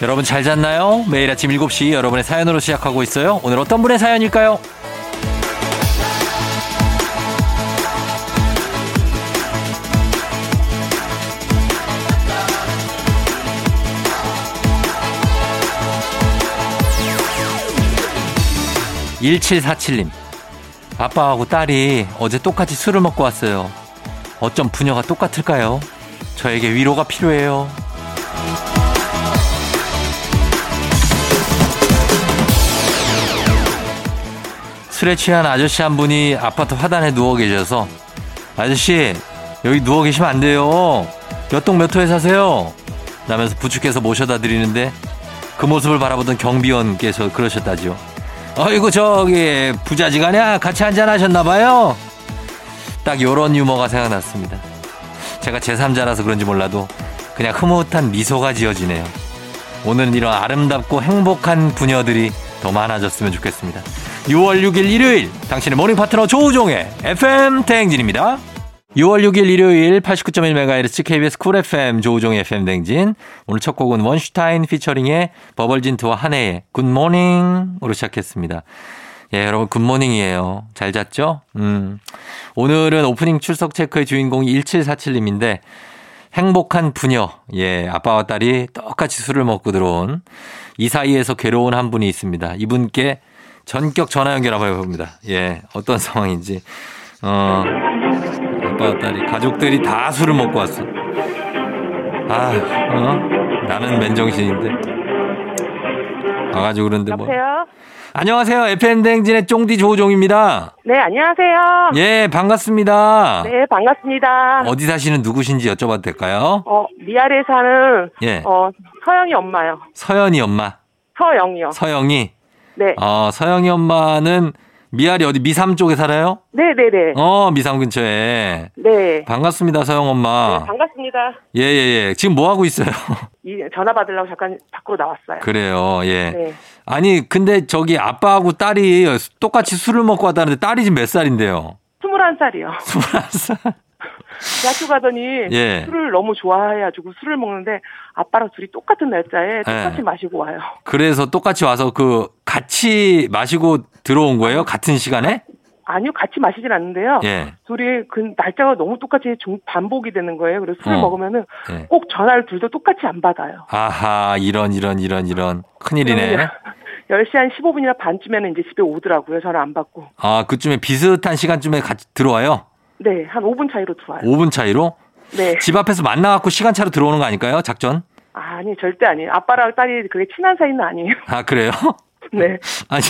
여러분 잘 잤나요? 매일 아침 7시 여러분의 사연으로 시작하고 있어요. 오늘 어떤 분의 사연일까요? 1747님. 아빠하고 딸이 어제 똑같이 술을 먹고 왔어요. 어쩜 부녀가 똑같을까요? 저에게 위로가 필요해요. 술에 취한 아저씨 한 분이 아파트 화단에 누워 계셔서 아저씨 여기 누워 계시면 안 돼요. 몇 동 몇 호에 사세요? 라면서 부축해서 모셔다 드리는데 그 모습을 바라보던 경비원께서 그러셨다지요. 아이고 저기 부자지간이야 같이 한잔 하셨나봐요. 딱 요런 유머가 생각났습니다. 제가 제3자라서 그런지 몰라도 그냥 흐뭇한 미소가 지어지네요. 오늘은 이런 아름답고 행복한 부녀들이 더 많아졌으면 좋겠습니다. 6월 6일 일요일 당신의 모닝 파트너 조우종의 FM 대행진입니다. 6월 6일 일요일 89.1MHz KBS 쿨 FM 조우종의 FM 대행진 오늘 첫 곡은 원슈타인 피처링의 버벌진트와 한혜의 굿모닝으로 시작했습니다. 예, 여러분 굿모닝이에요. 잘 잤죠? 음. 오늘은 오프닝 출석 체크의 주인공 1747님인데 행복한 부녀. 예, 아빠와 딸이 똑같이 술을 먹고 들어온 이 사이에서 괴로운 한 분이 있습니다. 이분께 전격 전화 연결 한번 해봅니다. 예, 어떤 상황인지. 어, 아빠와 딸이, 가족들이 다 술을 먹고 왔어. 아, 어? 나는 맨정신인데. 와가지고 그런데 뭐. 여보세요? 안녕하세요. FM대행진의 쫑디 조우종입니다. 네, 안녕하세요. 예, 반갑습니다. 네, 반갑습니다. 예. 어디 사시는 누구신지 여쭤봐도 될까요? 어, 미아리에 사는 예. 어, 서영이 엄마요. 서연이 엄마. 서영이요. 서영이. 네. 어, 서영이 엄마는 미아리 어디 미삼 쪽에 살아요? 네, 네, 네. 어, 미삼 근처에. 네. 반갑습니다, 서영 엄마. 네, 반갑습니다. 예, 예, 예. 지금 뭐 하고 있어요? 이 전화 받으려고 잠깐 밖으로 나왔어요. 그래요, 예. 네. 아니, 근데 저기 아빠하고 딸이 똑같이 술을 먹고 왔다는데 딸이 지금 몇 살인데요? 21살이요. 21살? 대학교 가더니 예. 술을 너무 좋아해가지고 술을 먹는데 아빠랑 둘이 똑같은 날짜에 똑같이 예. 마시고 와요. 그래서 똑같이 와서 그 같이 마시고 들어온 거예요? 같은 시간에? 아니요, 같이 마시진 않는데요. 예. 둘이 그 날짜가 너무 똑같이 종- 반복이 되는 거예요. 그래서 술을 어. 먹으면은 예. 꼭 전화를 둘 다 똑같이 안 받아요. 아하, 이런, 이런, 이런, 이런. 큰일이네. 10시 한 15분이나 반쯤에는 이제 집에 오더라고요. 전화 안 받고. 아, 그쯤에 비슷한 시간쯤에 같이 들어와요? 네, 한 5분 차이로 들어와요. 5분 차이로? 네. 집 앞에서 만나갖고 시간차로 들어오는 거 아닐까요? 작전? 아니, 절대 아니에요. 아빠랑 딸이 그게 친한 사이는 아니에요. 아, 그래요? 네. 아니,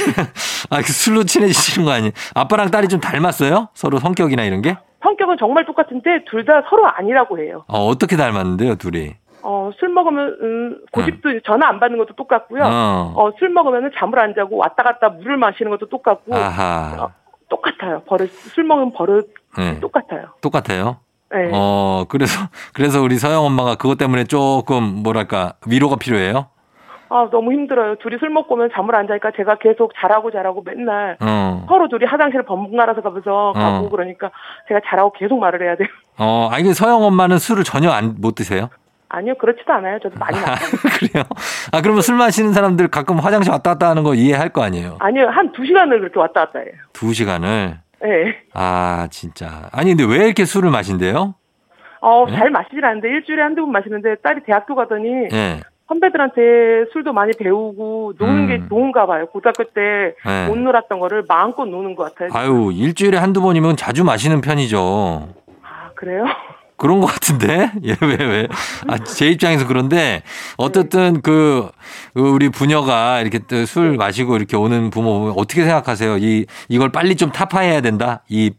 아, 그 술로 친해지시는 거 아니에요? 아빠랑 딸이 좀 닮았어요? 서로 성격이나 이런 게? 성격은 정말 똑같은데 둘 다 서로 아니라고 해요. 어, 어떻게 닮았는데요, 둘이? 어, 술 먹으면 음, 고집도 전화 안 받는 것도 똑같고요. 어. 어, 술 먹으면 잠을 안 자고 왔다 갔다 물을 마시는 것도 똑같고 아하. 어, 똑같아요. 버릇 술 먹으면 버릇 네. 똑같아요. 똑같아요? 어, 네. 어, 그래서, 그래서 우리 서영 엄마가 그것 때문에 조금, 뭐랄까, 위로가 필요해요? 아, 너무 힘들어요. 둘이 술 먹고 오면 잠을 안 자니까 제가 계속 자라고 자라고 맨날 어. 서로 둘이 화장실을 번갈아서 가면서 가고 그러니까 제가 잘하고 계속 말을 해야 돼요. 어, 아니, 근데 서영 엄마는 술을 전혀 안, 못 드세요? 아니요, 그렇지도 않아요. 저도 많이 아, 나. 그래요? 아, 그러면 술 마시는 사람들 가끔 화장실 왔다 갔다 하는 거 이해할 거 아니에요? 아니요, 한 두 시간을 그렇게 왔다 갔다 해요. 두 시간을. 예. 아, 진짜. 아니, 근데 왜 이렇게 술을 마신대요? 어, 네? 잘 마시질 않는데 일주일에 한두 번 마시는데 딸이 대학교 가더니 예. 선배들한테 술도 많이 배우고 노는 음. 게 좋은가 봐요. 고등학교 때 못 네. 놀았던 거를 마음껏 노는 것 같아요. 아, 아유, 일주일에 한두 번이면 자주 마시는 편이죠. 아, 그래요? 그런 것 같은데? 예, 왜, 왜? 아, 제 입장에서 그런데, 어쨌든 그, 그 우리 부녀가 이렇게 또술 마시고 이렇게 오는 부모 보면 어떻게 생각하세요? 이, 이걸 빨리 좀 타파해야 된다? 이,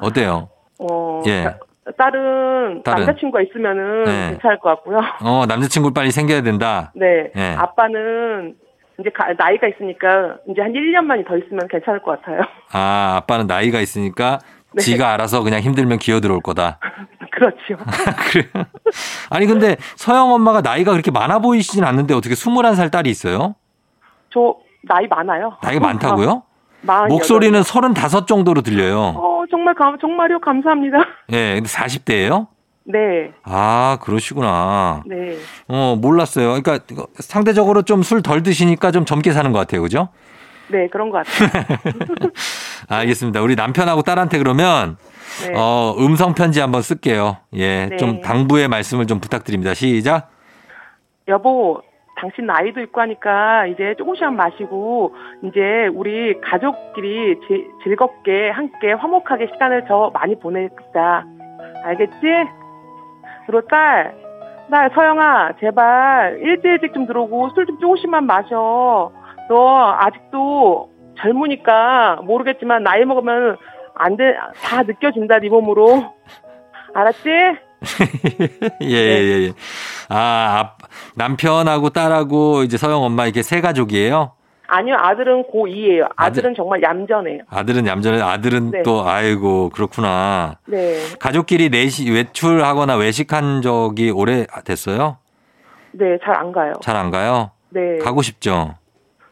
어때요? 어, 예. 따- 딸은, 딸은? 남자친구가 있으면은 네. 괜찮을 것 같고요. 어, 남자친구 빨리 생겨야 된다. 네. 예. 아빠는 이제 가- 나이가 있으니까 이제 한 1년만이 더 있으면 괜찮을 것 같아요. 아, 아빠는 나이가 있으니까 네. 지가 알아서 그냥 힘들면 기어 들어올 거다. 그렇죠. 그래. 아니, 근데 서영 엄마가 나이가 그렇게 많아 보이시진 않는데 어떻게 21살 딸이 있어요? 저 나이 많아요. 아, 나이가 많다고요? 마흔여덟. 목소리는 35 정도로 들려요. 어, 정말 감, 정말요. 감사합니다. 예, 근데 40대예요? 네, 아, 그러시구나. 네. 어, 몰랐어요. 그러니까 이거 상대적으로 좀 술 덜 드시니까 좀 젊게 사는 것 같아요. 그죠? 네, 그런 것 같아요. 알겠습니다. 우리 남편하고 딸한테 그러면 네. 어, 음성 편지 한번 쓸게요. 예. 네. 좀 당부의 말씀을 좀 부탁드립니다. 시작. 여보, 당신 나이도 있고 하니까 이제 조금씩만 마시고 이제 우리 가족끼리 지- 즐겁게 함께 화목하게 시간을 더 많이 보내자. 알겠지? 그리고 딸, 딸 서영아, 제발 일찍 일찍 좀 들어오고 술 좀 조금씩만 마셔. 너 아직도 젊으니까 모르겠지만 나이 먹으면 안 돼, 다 느껴진다 네 몸으로. 알았지? 예, 네. 예, 예. 예. 아, 아, 남편하고 딸하고 이제 서영 엄마 이렇게 세 가족이에요. 아니요, 아들은 고2예요. 아들은 정말 얌전해요. 아들은 얌전해. 아들은 네. 또 아이고 그렇구나. 네, 가족끼리 내시 외출하거나 외식한 적이 오래 됐어요? 네, 잘 안 가요. 잘 안 가요? 네, 가고 싶죠.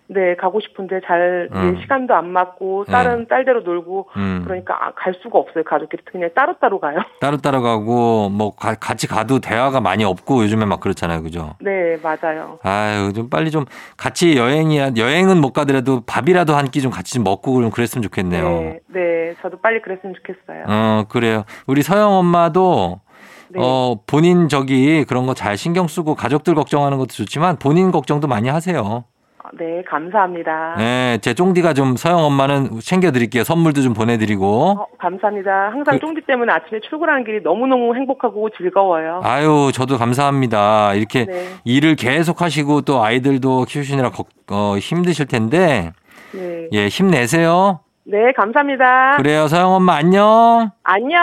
네, 가고 싶은데 잘 음. 네, 시간도 안 맞고 딸은 딸대로 놀고 음. 그러니까 아, 갈 수가 없어요. 가족끼리 그냥 따로따로 가요. 따로따로 가고 뭐 가- 같이 가도 대화가 많이 없고 요즘에 막 그렇잖아요. 그죠? 네, 맞아요. 아유, 좀 빨리 좀 같이 여행이야. 여행은 못 가더라도 밥이라도 한 끼 좀 같이 좀 먹고 좀 그랬으면 좋겠네요. 네, 네, 저도 빨리 그랬으면 좋겠어요. 어, 그래요. 우리 서영 엄마도 네, 어, 본인 저기 그런 거 잘 신경 쓰고 가족들 걱정하는 것도 좋지만 본인 걱정도 많이 하세요. 아, 네, 감사합니다. 네, 제 쫑디가 좀 서영 엄마는 챙겨 드릴게요. 선물도 좀 보내 드리고. 어, 감사합니다. 그- 항상 쫑디 때문에 아침에 출근하는 길이 너무너무 행복하고 즐거워요. 아유, 저도 감사합니다. 이렇게 네, 일을 계속 하시고 또 아이들도 키우시느라 걱- 어, 힘드실 텐데 네, 예, 힘내세요. 네, 감사합니다. 그래요. 서영 엄마 안녕. 안녕.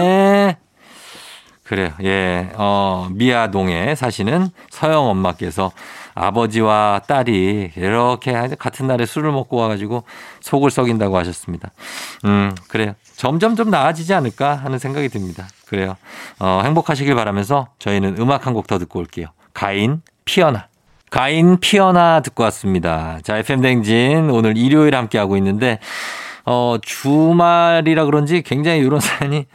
예. 그래요. 예. 어, 미아동에 사시는 서영 엄마께서 아버지와 딸이 이렇게 같은 날에 술을 먹고 와가지고 속을 썩인다고 하셨습니다. 음, 그래요. 점점 좀 나아지지 않을까 하는 생각이 듭니다. 그래요. 어, 행복하시길 바라면서 저희는 음악 한 곡 더 듣고 올게요. 가인, 피어나. 가인, 피어나 듣고 왔습니다. 자, FM댕진 오늘 일요일 함께하고 있는데, 어, 주말이라 그런지 굉장히 이런 사연이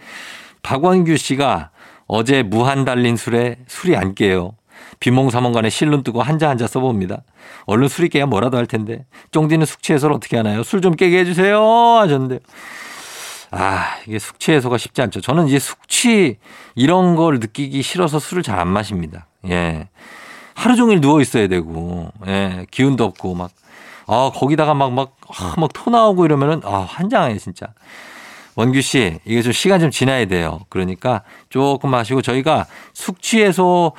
박원규 씨가 어제 무한 달린 술에 술이 안 깨요. 비몽사몽간에 실눈 뜨고 한자 한자 써봅니다. 얼른 술이 깨야 뭐라도 할 텐데. 쫑디는 숙취 해소를 어떻게 하나요? 술 좀 깨게 해주세요. 하셨는데. 아, 이게 숙취 해소가 쉽지 않죠. 저는 이제 숙취 이런 걸 느끼기 싫어서 술을 잘 안 마십니다. 예. 하루 종일 누워 있어야 되고, 예. 기운도 없고, 막. 아, 거기다가 막, 막, 아, 막토 나오고 이러면은, 아, 환장해, 진짜. 원규 씨, 이게 좀 시간 좀 지나야 돼요. 그러니까 조금 마시고 저희가 숙취해소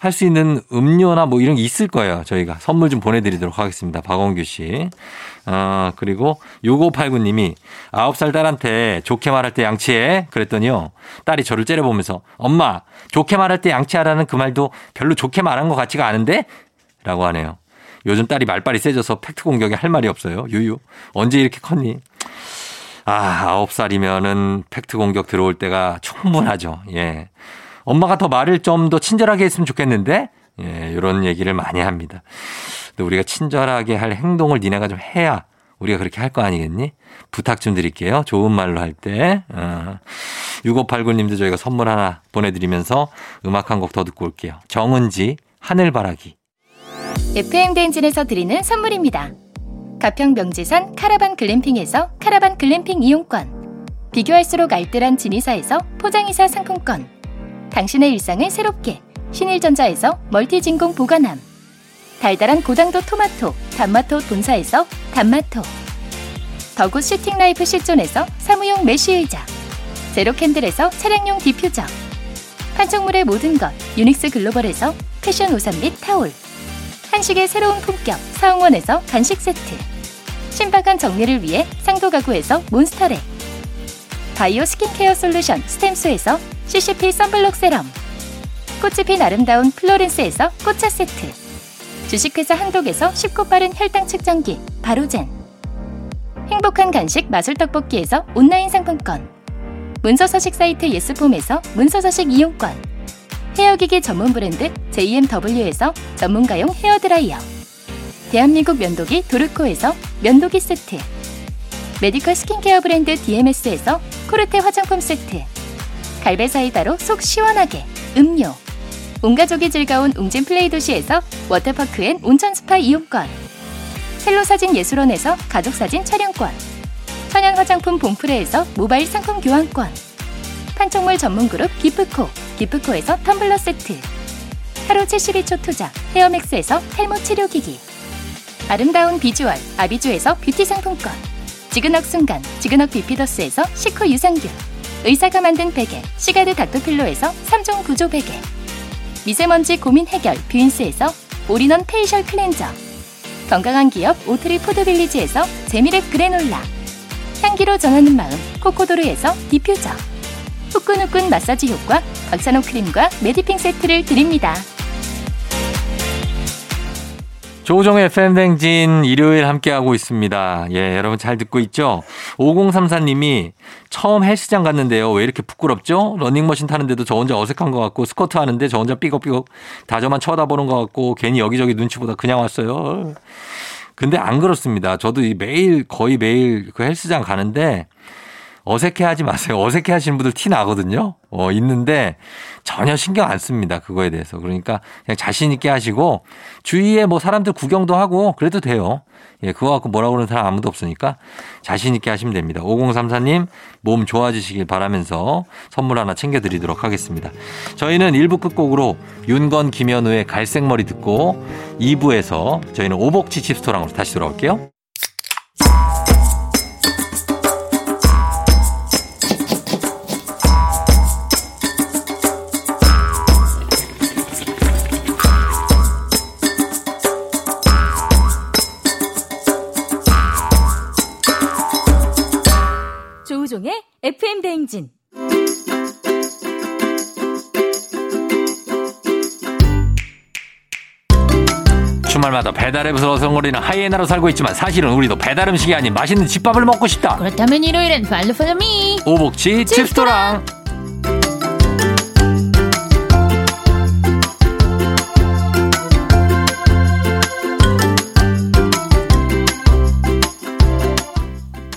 할 수 있는 음료나 뭐 이런 게 있을 거예요. 저희가 선물 좀 보내드리도록 하겠습니다. 박원규 씨. 아, 그리고 6589님이 9살 딸한테 좋게 말할 때 양치해. 그랬더니요. 딸이 저를 째려보면서 엄마, 좋게 말할 때 양치하라는 그 말도 별로 좋게 말한 것 같지가 않은데? 라고 하네요. 요즘 딸이 말빨이 세져서 팩트 공격에 할 말이 없어요. 유유. 언제 이렇게 컸니? 아, 아홉 살이면은 팩트 공격 들어올 때가 충분하죠. 예. 엄마가 더 말을 좀 더 친절하게 했으면 좋겠는데? 예, 이런 얘기를 많이 합니다. 근데 우리가 친절하게 할 행동을 니네가 좀 해야 우리가 그렇게 할 거 아니겠니? 부탁 좀 드릴게요. 좋은 말로 할 때. 어. 6589님도 저희가 선물 하나 보내드리면서 음악 한 곡 더 듣고 올게요. 정은지, 하늘바라기. FM 대행진에서 드리는 선물입니다. 가평 명지산 카라반 글램핑에서 카라반 글램핑 이용권. 비교할수록 알뜰한 진이사에서 포장이사 상품권. 당신의 일상을 새롭게 신일전자에서 멀티진공 보관함. 달달한 고당도 토마토, 단마토 본사에서 단마토. 더굿 시팅라이프 실존에서 사무용 메쉬 의자. 제로캔들에서 차량용 디퓨저. 판촉물의 모든 것 유닉스 글로벌에서 패션 우산 및 타올. 한식의 새로운 품격 사홍원에서 간식 세트 신박한 정리를 위해 상도 가구에서 몬스터랩 바이오 스킨케어 솔루션 스템수에서 CCP 썬블록 세럼 꽃이 핀 아름다운 플로렌스에서 꽃차 세트 주식회사 한독에서 쉽고 빠른 혈당 측정기 바로젠 행복한 간식 마술 떡볶이에서 온라인 상품권 문서서식 사이트 예스폼에서 문서서식 이용권 헤어기기 전문 브랜드 JMW에서 전문가용 헤어드라이어 대한민국 면도기 도르코에서 면도기 세트 메디컬 스킨케어 브랜드 DMS에서 코르테 화장품 세트 갈배 사이다로 속 시원하게 음료 온 가족이 즐거운 웅진 플레이 도시에서 워터파크 앤 온천 스파 이용권 첼로 사진 예술원에서 가족 사진 촬영권 천연 화장품 봉프레에서 모바일 상품 교환권 판촉물 전문 그룹 기프코 기프코에서 텀블러 세트 하루 72초 투자 헤어맥스에서 탈모 치료기기 아름다운 비주얼 아비주에서 뷰티 상품권 지그넉 순간 지그넉 비피더스에서 식후 유산균 의사가 만든 베개 시가드 닥터필로에서 3종 구조 베개 미세먼지 고민 해결 뷰인스에서 올인원 페이셜 클렌저 건강한 기업 오트리 포드빌리지에서 재미랩 그래놀라 향기로 전하는 마음 코코도르에서 디퓨저 후끈후끈 마사지 효과 박찬호 크림과 메디핑 세트를 드립니다. 조종의 팬댕진 일요일 함께하고 있습니다. 예, 여러분 잘 듣고 있죠? 5034님이 처음 헬스장 갔는데요. 왜 이렇게 부끄럽죠? 러닝머신 타는데도 저 혼자 어색한 것 같고, 스쿼트 하는데 저 혼자 삐걱삐걱 다 저만 쳐다보는 것 같고, 괜히 여기저기 눈치보다 그냥 왔어요. 근데 안 그렇습니다. 저도 이 매일, 거의 매일 그 헬스장 가는데, 어색해 하지 마세요. 어색해 하시는 분들 티 나거든요. 어, 있는데 전혀 신경 안 씁니다. 그거에 대해서. 그러니까 그냥 자신 있게 하시고 주위에 뭐 사람들 구경도 하고 그래도 돼요. 예, 그거 갖고 뭐라 그러는 사람 아무도 없으니까 자신 있게 하시면 됩니다. 5034님 몸 좋아지시길 바라면서 선물 하나 챙겨드리도록 하겠습니다. 저희는 1부 끝곡으로 윤건 김현우의 갈색머리 듣고 2부에서 저희는 오복치 칩스토랑으로 다시 돌아올게요. 조우종의 FM 대행진. 주말마다 배달앱에서 어성거리는 하이에나로 살고 있지만 사실은 우리도 배달 음식이 아닌 맛있는 집밥을 먹고 싶다. 그렇다면 일요일엔 발로 follow me. 오복치 칩스토랑.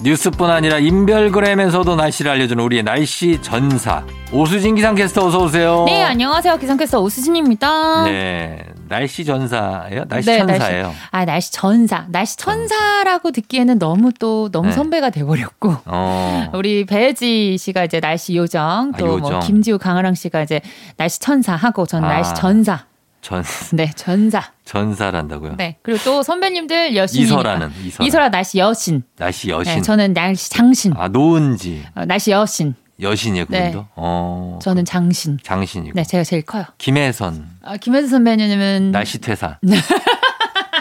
뉴스뿐 아니라 인별그램에서도 날씨를 알려주는 우리의 날씨 전사 오수진 기상캐스터 어서 오세요. 네, 안녕하세요. 기상캐스터 오수진입니다. 네, 날씨 전사예요. 날씨 네, 천사예요. 아, 날씨 전사. 날씨 천사라고 듣기에는 너무 또 너무 네. 선배가 돼버렸고. 어. 우리 배지 씨가 이제 날씨 요정, 아, 또 뭐 요정. 김지우 강아랑 씨가 이제 날씨 천사 하고 저는 아. 날씨 전사. 전 네, 전사. 전사란다고요. 네. 그리고 또 선배님들 여신. 이설아는 이설아. 이설아 날씨 여신. 날씨 네, 여신. 저는 날씨 장신. 아 노은지 어, 날씨 여신. 여신이에요 네. 그분도. 어. 저는 장신. 장신이고. 네, 제가 제일 커요. 김혜선 아, 김혜수 선배님은 날씨 퇴사.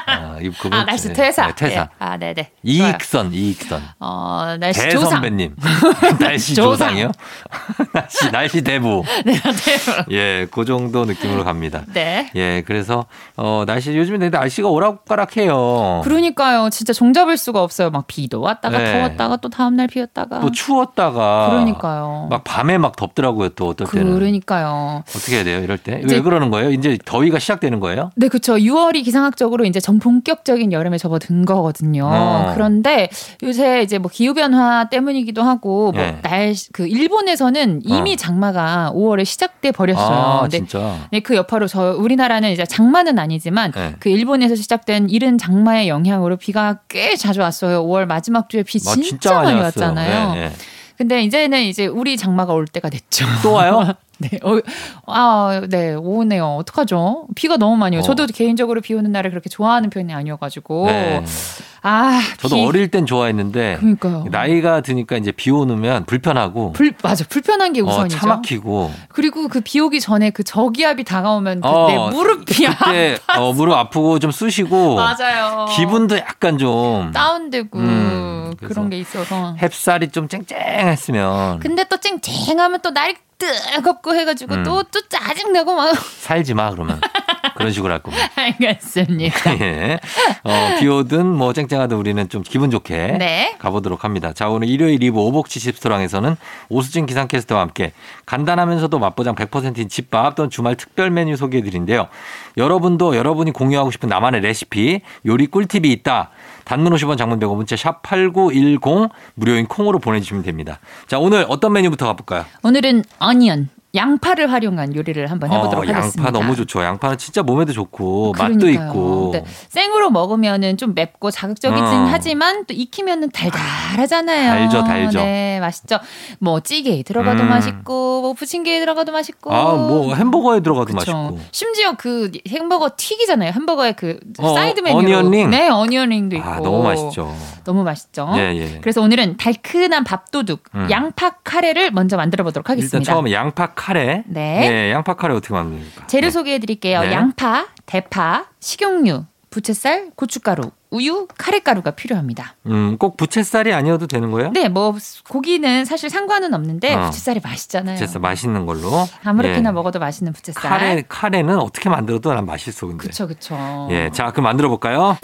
아, 이- 그분- 네. 아 날씨 네, 퇴사. 네, 퇴사. 예. 아 네네. 좋아요. 이익선, 이익선. 어 날씨 대 조상. 선배님. 날씨 조상. 조상이요? 날씨, 날씨 대부. 네. 네. 예, 그 정도 느낌으로 갑니다. 네. 예, 그래서, 어, 날씨, 요즘에 근데 날씨가 오락가락해요. 그러니까요. 진짜 종잡을 수가 없어요. 막 비도 왔다가 어. 네. 더웠다가 또 다음 날 비었다가. 또 추웠다가. 그러니까요. 막 밤에 막 덥더라고요, 또 어떨 때는. 그러니까요. 어떻게 해야 돼요, 이럴 때? 이제- 왜 그러는 거예요? 이제 더위가 시작되는 거예요? 네, 그렇죠. 6월이 기상학적으로 이제 전 본격적인 여름에 접어든 거거든요. 어. 그런데 요새 이제 뭐 기후 변화 때문이기도 하고 예. 뭐날그 일본에서는 이미 어. 장마가 5월에 시작돼 버렸어요. 아, 근데 진짜. 네, 그 여파로 저 우리나라는 이제 장마는 아니지만 네. 그 일본에서 시작된 이른 장마의 영향으로 비가 꽤 자주 왔어요. 5월 마지막 주에 비 아, 진짜, 많이 왔어요. 왔잖아요. 예, 예. 근데 이제는 이제 우리 장마가 올 때가 됐죠. 또 와요? 네, 어, 아, 네, 오네요. 어떡하죠? 비가 너무 많이 와요. 어. 저도 개인적으로 비 오는 날을 그렇게 좋아하는 편이 아니어가지고. 네. 아, 저도 비- 어릴 땐 좋아했는데 그러니까요. 나이가 드니까 이제 비 오면 불편하고 불, 맞아, 불편한 게 어, 우선이죠. 차 막히고 그리고 그 비 오기 전에 그 저기압이 다가오면 그때 어, 무릎이 그때 어, 무릎 아프고 좀 쑤시고 맞아요. 기분도 약간 좀 다운되고 음, 그래서 그런 게 있어서. 햅쌀이 좀 쨍쨍했으면 근데 또 쨍쨍하면 또 날이 뜨겁고 해가지고 음. 또 또 짜증 나고 막 살지 마 그러면 그런 식으로 할 겁니다. 알겠습니다. 예. 어, 비 오든 뭐 쨍쨍하든 우리는 좀 기분 좋게 네. 가보도록 합니다. 자, 오늘 일요일 2부 오복치 집스토랑에서는 오수진 기상캐스터와 함께 간단하면서도 맛보장 100%인 집밥 또는 주말 특별 메뉴 소개해드린데요. 여러분도 여러분이 공유하고 싶은 나만의 레시피, 요리 꿀팁이 있다. 단문 50원 장문 100원 문자 샵8910 무료인 콩으로 보내주시면 됩니다. 자, 오늘 어떤 메뉴부터 가볼까요? 오늘은 어니언 양파를 활용한 요리를 한번 해보도록 어, 양파 하겠습니다. 너무 좋죠. 양파는 진짜 몸에도 좋고 맛도 그러니까요. 네. 있고. 근데 생으로 먹으면은 좀 맵고 자극적이긴 어. 하지만 또 익히면은 달달하잖아요. 달죠, 달죠. 네, 맛있죠. 뭐 찌개에 들어가도 음. 맛있고, 뭐 부침개에 들어가도 맛있고. 아, 뭐 햄버거에 들어가도 그쵸. 맛있고. 심지어 그 햄버거 튀기잖아요. 햄버거의 그 어, 사이드 메뉴. 어니언링? 네, 어니언링도 있고. 아, 너무 맛있죠. 너무 맛있죠. 예, 예. 그래서 오늘은 달큰한 밥도둑 음. 양파 카레를 먼저 만들어 보도록 하겠습니다. 일단 처음에 양파 카레. 네. 예, 양파 카레 어떻게 만듭니까? 재료 네. 소개해 드릴게요. 네. 양파, 대파, 식용유, 부채살, 고춧가루, 우유, 카레가루가 필요합니다. 음, 꼭 부채살이 아니어도 되는 거예요? 네, 뭐 고기는 사실 상관은 없는데 어. 부채살이 맛있잖아요. 부채살 맛있는 걸로. 아무렇게나 예. 먹어도 맛있는 부채살. 카레 카레는 어떻게 만들어도 난 맛있어 근데. 그쵸 그쵸. 예, 자 그럼 만들어 볼까요?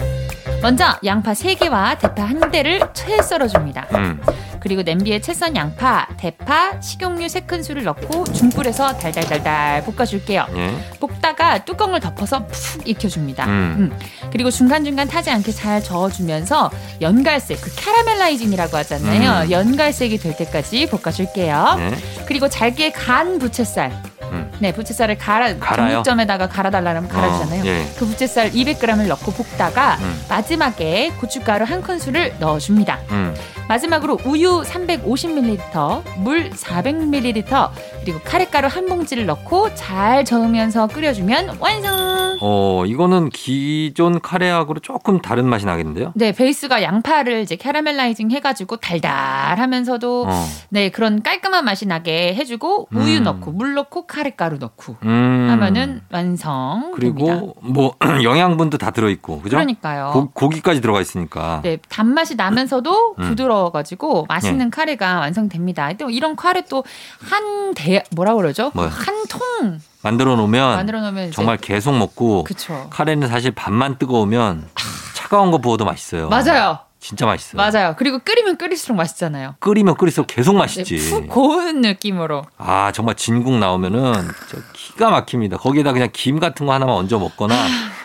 먼저 양파 3개와 대파 한 대를 채 썰어줍니다. 음, 그리고 냄비에 채 썬 양파, 대파, 식용유 3큰술을 넣고 중불에서 달달달달 볶아줄게요. 예, 볶다가 뚜껑을 덮어서 푹 익혀줍니다. 음. 음. 그리고 중간중간 타지 않게 잘 저어주면서 연갈색, 그 캐러멜라이징이라고 하잖아요. 음. 연갈색이 될 때까지 볶아줄게요. 예. 그리고 잘게 간 부채살. 음. 네, 부채살을 갈아, 갈아요? 정육점에다가 갈아달라면 갈아주잖아요. 어, 예. 그 부채살 200g을 넣고 볶다가 음. 마지막에 고춧가루 한 큰술을 넣어줍니다. 음. 마지막으로 우유 350ml, 물 400ml, 그리고 카레가루 한 봉지를 넣고 잘 저으면서 끓여주면 완성! 어, 이거는 기존 카레하고는 조금 다른 맛이 나겠는데요? 네, 베이스가 양파를 이제 캐러멜라이징 해가지고 달달하면서도 어. 네 그런 깔끔한 맛이 나게 해주고 우유 음. 넣고 물 넣고 카레가루 넣고 음. 하면은 완성. 됩니다. 그리고 뭐 영양분도 다 들어 있고. 그죠? 그러니까요. 고, 고기까지 들어가 있으니까. 네, 단맛이 나면서도 음. 네. 부드러워가지고 맛있는 카레가 완성됩니다. 또 이런 카레 또 한 대 뭐라 그러죠? 뭐요? 한 통 만들어 놓으면 만들어 놓으면 이제 아, 정말 계속 먹고 그쵸. 아. 카레는 사실 밥만 뜨거우면 차가운 거 부어도 맛있어요. 네. 맞아요, 진짜 맛있어요. 맞아요. 그리고 끓이면 끓일수록 맛있잖아요. 끓이면 끓일수록 계속 네, 맛있지. 푹 고운 느낌으로. 아 정말 진국 나오면은 저 기가 막힙니다. 거기에다 그냥 김 같은 거 하나만 얹어 먹거나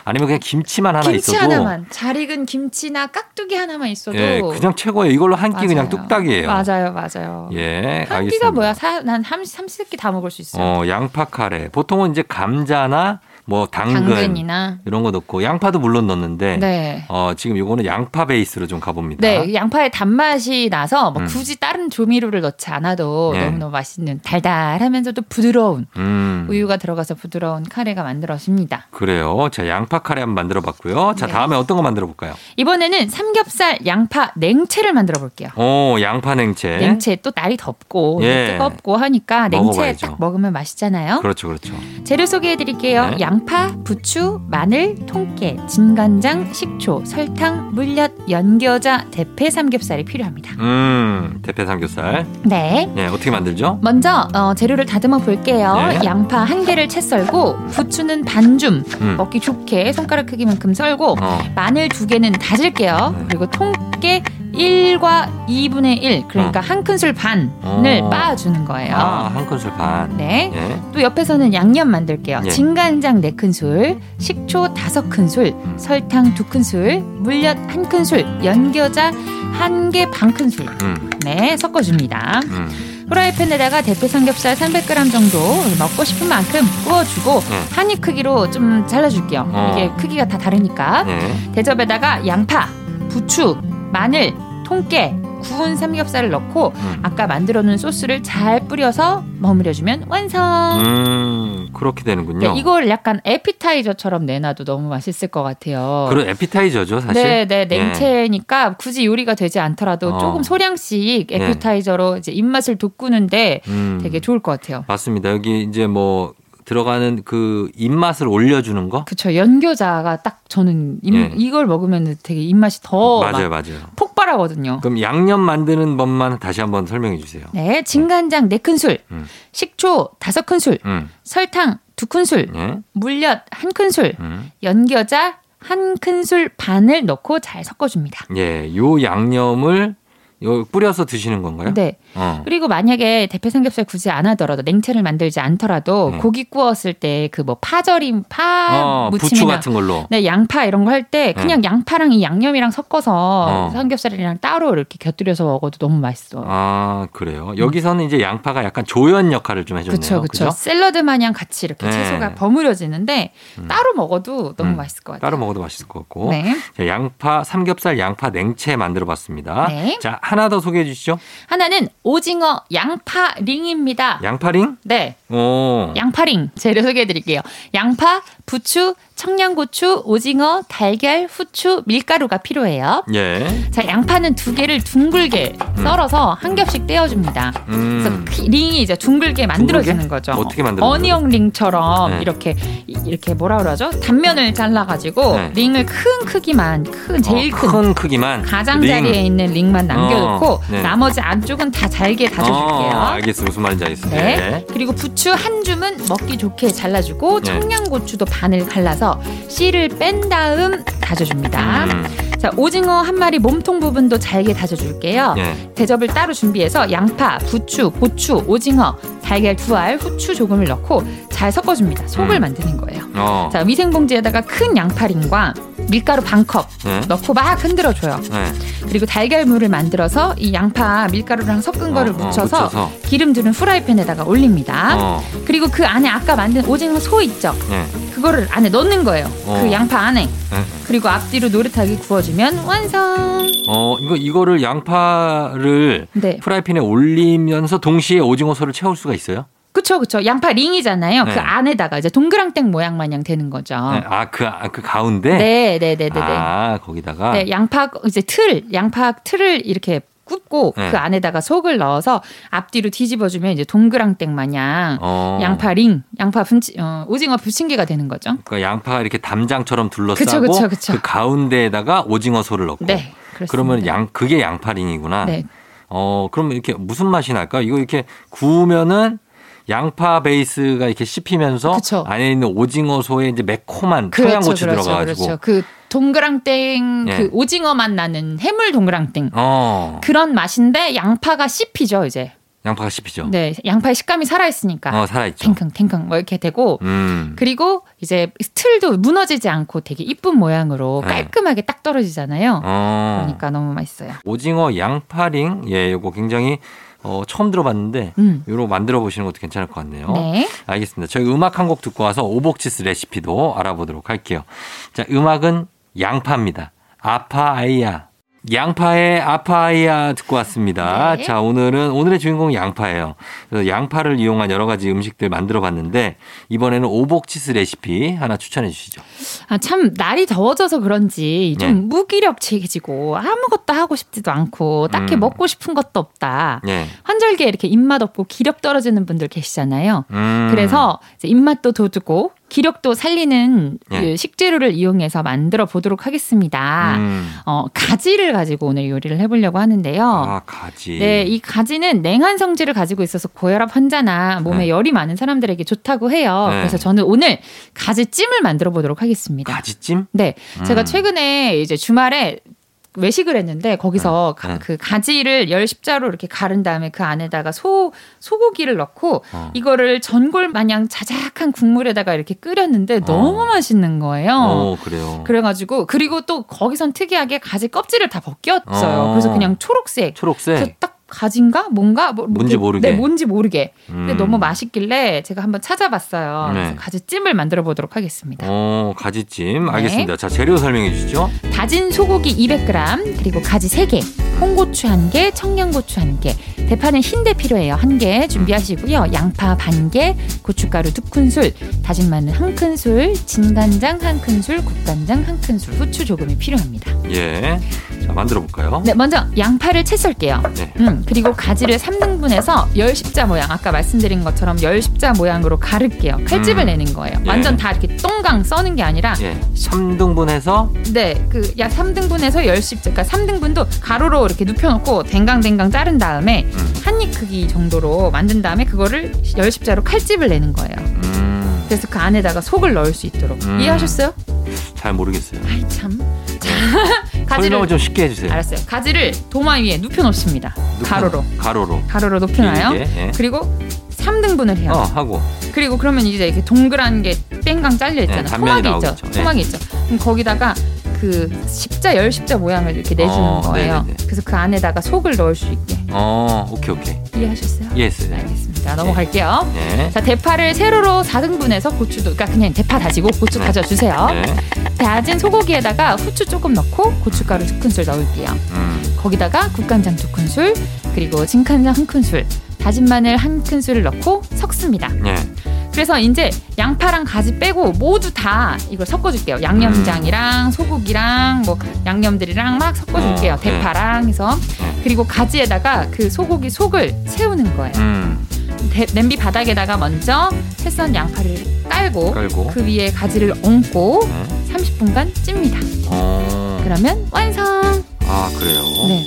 아니면 그냥 김치만 하나 김치 있어도 하나만 잘 익은 김치나 깍두기 하나만 있어도 예 그냥 최고예요. 이걸로 한 끼 그냥 맞아요. 뚝딱이에요. 맞아요, 맞아요. 예, 한 알겠습니다. 끼가 뭐야? 사, 난 삼, 삼십 끼다 먹을 수 있어요. 어 양파 카레. 보통은 이제 감자나 뭐 당근, 당근이나 이런 거 넣고 양파도 물론 넣는데 네. 어 지금 요거는 양파 베이스로 좀 가봅니다. 네, 양파의 단맛이 나서 뭐 음. 굳이 다른 조미료를 넣지 않아도 네. 너무너무 맛있는 달달하면서도 부드러운 음. 우유가 들어가서 부드러운 카레가 만들어집니다. 그래요. 자, 양파 카레 한번 만들어 봤고요. 자, 네. 다음에 어떤 거 만들어 볼까요? 이번에는 삼겹살 양파 냉채를 만들어 볼게요. 오, 양파 냉채. 냉채 또 날이 덥고 네. 예. 뜨겁고 하니까 냉채 먹어봐야죠. 딱 먹으면 맛있잖아요. 그렇죠, 그렇죠. 재료 소개해 드릴게요. 네. 양파, 부추, 마늘, 통깨, 진간장, 식초, 설탕, 물엿, 연겨자, 대패 삼겹살이 필요합니다. 음, 대패 삼겹살. 네. 네, 어떻게 만들죠? 먼저 어, 재료를 다듬어 볼게요. 네. 양파 한 개를 채 썰고 부추는 반줌 음. 먹기 좋게 손가락 크기만큼 썰고 어. 마늘 두 개는 다질게요. 네. 그리고 통깨 1과 2분의 1 그러니까 한 큰술 반을 음. 어. 빻아주는 거예요. 아, 한 큰술 반. 네. 예. 또 옆에서는 양념 만들게요. 예. 진간장 4큰술, 식초 5큰술, 음. 설탕 2큰술, 물엿 1큰술, 연겨자 1개 반큰술. 음. 네, 섞어줍니다. 음. 후라이팬에다가 대패 삼겹살 300g 정도 먹고 싶은 만큼 구워주고 음. 한입 크기로 좀 잘라줄게요. 어. 이게 크기가 다 다르니까. 예. 대접에다가 양파, 부추, 마늘, 통깨, 구운 삼겹살을 넣고 음. 아까 만들어 놓은 소스를 잘 뿌려서 버무려주면 완성. 음, 그렇게 네, 되는군요. 아. 이걸 약간 에피타이저처럼 내놔도 너무 맛있을 것 같아요. 그런 에피타이저죠, 그렇죠, 사실. 예. 네, 네, 냉채니까 굳이 요리가 되지 않더라도 어. 조금 소량씩 예. 에피타이저로 이제 입맛을 돋구는데 음. 되게 좋을 것 같아요. 맞습니다. 여기 이제 뭐 들어가는 그 입맛을 올려 주는 거? 그쵸 연교자가 딱 저는 입- 예. 이걸 먹으면 되게 입맛이 더 맞아요, 막 맞아요. 폭발하거든요. 그럼 양념 만드는 법만 다시 한번 설명해 주세요. 네, 진간장 4큰술, 음. 식초 5큰술, 음. 설탕 두 큰술, 예? 물엿 한 큰술, 음. 연겨자 한 큰술 반을 넣고 잘 섞어줍니다. 예, 요 양념을 요 뿌려서 드시는 건가요? 네. 어. 그리고 만약에 대패 삼겹살 굳이 안 하더라도 냉채를 만들지 않더라도 네. 고기 구웠을 때 그 뭐 파절임, 파 어, 부추 무침이나 같은 걸로. 네, 양파 이런 거 할 때 그냥 양파랑 이 양념이랑 섞어서 어. 삼겹살이랑 따로 이렇게 곁들여서 먹어도 너무 맛있어요. 아, 그래요. 여기서는 이제 양파가 약간 조연 역할을 좀 해줬네요. 그렇죠, 그렇죠. 그죠? 샐러드 마냥 같이 이렇게 네. 채소가 버무려지는데 음. 따로 먹어도 너무 음. 맛있을 것 같아요. 따로 먹어도 맛있을 것 같고. 네. 자, 양파 삼겹살 양파 냉채 만들어봤습니다. 네. 자 하나 더 소개해 주시죠. 하나는 오징어 양파 링입니다. 양파링. 네. 오. 양파링 재료 소개해 드릴게요. 양파, 부추, 청양고추, 오징어, 달걀, 후추, 밀가루가 필요해요. 예. 자, 양파는 두 개를 둥글게 썰어서 한 겹씩 떼어줍니다. 그래서 음. 그 링이 이제 둥글게 만들어지는 둥글게? 거죠. 어떻게 만드는 어니언 링처럼 네. 이렇게 이- 이렇게 뭐라 그러죠? 단면을 잘라가지고 네. 링을 큰 크기만 큰 제일 어, 큰, 큰 크기만. 가장자리에 링. 있는 링만 남겨놓고 어, 네. 나머지 안쪽은 다 잘게 어, 다져줄게요. 알겠어 무슨 말인지 알겠어. 네. 네. 그리고 부추 한 줌은 먹기 좋게 잘라주고 네. 청양고추도 반을 갈라서 씨를 뺀 다음 다져줍니다. 음, 자 오징어 한 마리 몸통 부분도 잘게 다져줄게요. 예. 대접을 따로 준비해서 양파, 부추, 고추, 오징어, 달걀 두 알, 후추 조금을 넣고 잘 섞어줍니다. 속을 음. 만드는 거예요. 어. 자 위생봉지에다가 큰 양파링과 밀가루 반 컵 예. 넣고 막 흔들어줘요. 예. 그리고 달걀물을 만들어서 이 양파 밀가루랑 섞은 거를 어, 어, 묻혀서 묻혀서. 기름 두른 후라이팬에다가 올립니다. 어. 그리고 그 안에 아까 만든 오징어 소 있죠? 예. 그거를 안에 넣는 거예요. 어. 그 양파 안에. 네. 그리고 앞뒤로 노릇하게 구워주면 완성. 어 이거 이거를 양파를 네. 프라이팬에 올리면서 동시에 오징어 소를 채울 수가 있어요? 그쵸, 그쵸. 양파 링이잖아요. 네. 그 안에다가 이제 동그랑땡 모양 마냥 되는 거죠. 아그그 그 가운데. 네, 네, 네, 네. 네. 아 거기다가. 네, 양파, 이제 틀, 양파 틀을 이렇게 굽고 네. 그 안에다가 속을 넣어서 앞뒤로 뒤집어주면 이제 동그랑땡 마냥 어. 양파 링, 양파 분치, 어, 오징어 부침개가 되는 거죠. 그러니까 양파 이렇게 담장처럼 둘러싸고 그쵸, 그쵸, 그쵸. 그 가운데에다가 오징어 소를 넣고 네. 그렇습니다. 그러면 양 그게 양파링이구나. 네. 어 그럼 이렇게 무슨 맛이 날까? 이거 이렇게 구우면은 양파 베이스가 이렇게 씹히면서 그쵸. 안에 있는 오징어 소의 이제 매콤한 청양고추 들어가가지고 그렇죠. 그 동그랑땡 예. 그 오징어 맛 나는 해물 동그랑땡 어 그런 맛인데 양파가 씹히죠 이제. 양파가 씹히죠. 네, 양파의 식감이 살아 있으니까 어 그렇죠. 살아있죠. 탱캉 탱캉 뭐 이렇게 되고. 음. 그러니까 그리고 이제 틀도 무너지지 않고 되게 이쁜 모양으로 네. 깔끔하게 딱 떨어지잖아요. 어. 그러니까 너무 맛있어요. 오징어 양파링 예 요거 굉장히 어, 처음 들어봤는데 음. 요로 만들어 보시는 것도 괜찮을 것 같네요. 네. 알겠습니다. 저희 음악 한 곡 듣고 와서 오복치스 레시피도 알아보도록 할게요. 자, 음악은 양파입니다. 아파아이야. 양파의 아파아이야 듣고 왔습니다. 네. 자, 오늘은 오늘의 주인공 양파예요. 그래서 양파를 이용한 여러 가지 음식들 만들어 봤는데 이번에는 오복치스 레시피 하나 추천해 주시죠. 아, 참, 날이 더워져서 그런지 네. 좀 무기력해지고 아무것도 하고 싶지도 않고 딱히 음. 먹고 싶은 것도 없다. 예. 환절기에 이렇게 입맛 없고 기력 떨어지는 분들 계시잖아요. 음. 그래서 이제 입맛도 돋우고 기력도 살리는 예. 그 식재료를 이용해서 만들어 보도록 하겠습니다. 음. 어, 가지를 가지고 오늘 요리를 해보려고 하는데요. 아, 가지. 네, 이 가지는 냉한 성질을 가지고 있어서 고혈압 환자나 몸에 네. 열이 많은 사람들에게 좋다고 해요. 네. 그래서 저는 오늘 가지찜을 만들어 보도록 하겠습니다. 가지찜? 네, 제가 음. 최근에 이제 주말에 외식을 했는데 거기서 네, 가- 네. 그 가지를 열 십자로 이렇게 가른 다음에 그 안에다가 소 소고기를 넣고 어. 이거를 전골 마냥 자작한 국물에다가 이렇게 어. 끓였는데 너무 맛있는 거예요. 오, 어, 그래요. 그래가지고 그리고 또 거기선 특이하게 가지 껍질을 다 벗겼어요. 어. 그래서 그냥 초록색. 초록색. 그래서 딱 가지인가 뭔가 뭐- 뭔지 모르게. 네, 뭔지 모르게. 근데 음. 너무 맛있길래 제가 한번 찾아봤어요. 네. 그래서 가지찜을 만들어 보도록 하겠습니다. 어, 가지찜. 네. 알겠습니다. 자, 재료 설명해 주시죠. 다진 소고기 200g, 그리고 가지 3개, 홍고추 1개, 청양고추 1개, 대파는 흰대 필요해요. 1개 준비하시고요. 양파 반개, 고춧가루 2큰술, 다진 마늘 1큰술, 진간장 1큰술, 국간장 1큰술, 후추 조금이 필요합니다. 예. 자, 만들어 볼까요? 네, 먼저 양파를 채 썰게요. 네. 음, 그리고 가지를 3등분해서 열 십자 모양, 아까 말씀드린 것처럼 열 십자 모양으로 가를게요. 칼집을 음. 내는 거예요. 예. 완전 다 이렇게 똥강 써는 게 아니라 예. 3등분해서 네, 그 약 3등분에서 10십, 그러니까 3등분도 가로로 이렇게 눕혀놓고 댕강댕강 자른 다음에 음. 한 입 크기 정도로 만든 다음에 그거를 10십자로 칼집을 내는 거예요. 음. 근데 그래서 그 안에다가 속을 넣을 수 있도록 음. 이해하셨어요? 잘 모르겠어요. 아이 참. 자, 가지를 설명을 좀 쉽게 해주세요. 알았어요. 가지를 도마 위에 눕혀 놓습니다. 눕혀- 가로로 가로로. 가로로 높여놔요. 길게, 예. 그리고 3등분을 해요. 어 하고 그리고 그러면 이제 이렇게 동그란 게 뺑강 잘려 네, 있잖아요. 단면이 토막이 있죠. 나오겠죠. 네. 토막이 있죠. 그럼 거기다가 그 십자 열 십자 모양을 이렇게 내주는 어, 거예요. 네네네. 그래서 그 안에다가 속을 넣을 수 있게 어 오케이 오케이 이해하셨어요? 예스 네. 예. 알겠습니다. 넘어갈게요. 네. 자 대파를 세로로 4등분해서 고추도 그러니까 그냥 대파 다지고 고추 네. 다져주세요. 네. 다진 소고기에다가 후추 조금 넣고 고춧가루 두 큰술 넣을게요. 음. 거기다가 국간장 두 큰술 그리고 진간장 한 큰술 다진 마늘 한 큰술을 넣고 섞습니다. 예. 그래서 이제 양파랑 가지 빼고 모두 다 이걸 섞어줄게요. 음. 양념장이랑 소고기랑 뭐 양념들이랑 막 섞어줄게요. 어, 네. 대파랑 해서 그리고 가지에다가 그 소고기 속을 세우는 거예요. 음. 대- 냄비 바닥에다가 먼저 채썬 양파를 깔고 깔고. 그 위에 가지를 얹고 네. 30분간 찝니다. 어. 그 그러면 완성. 아 그래요. 네,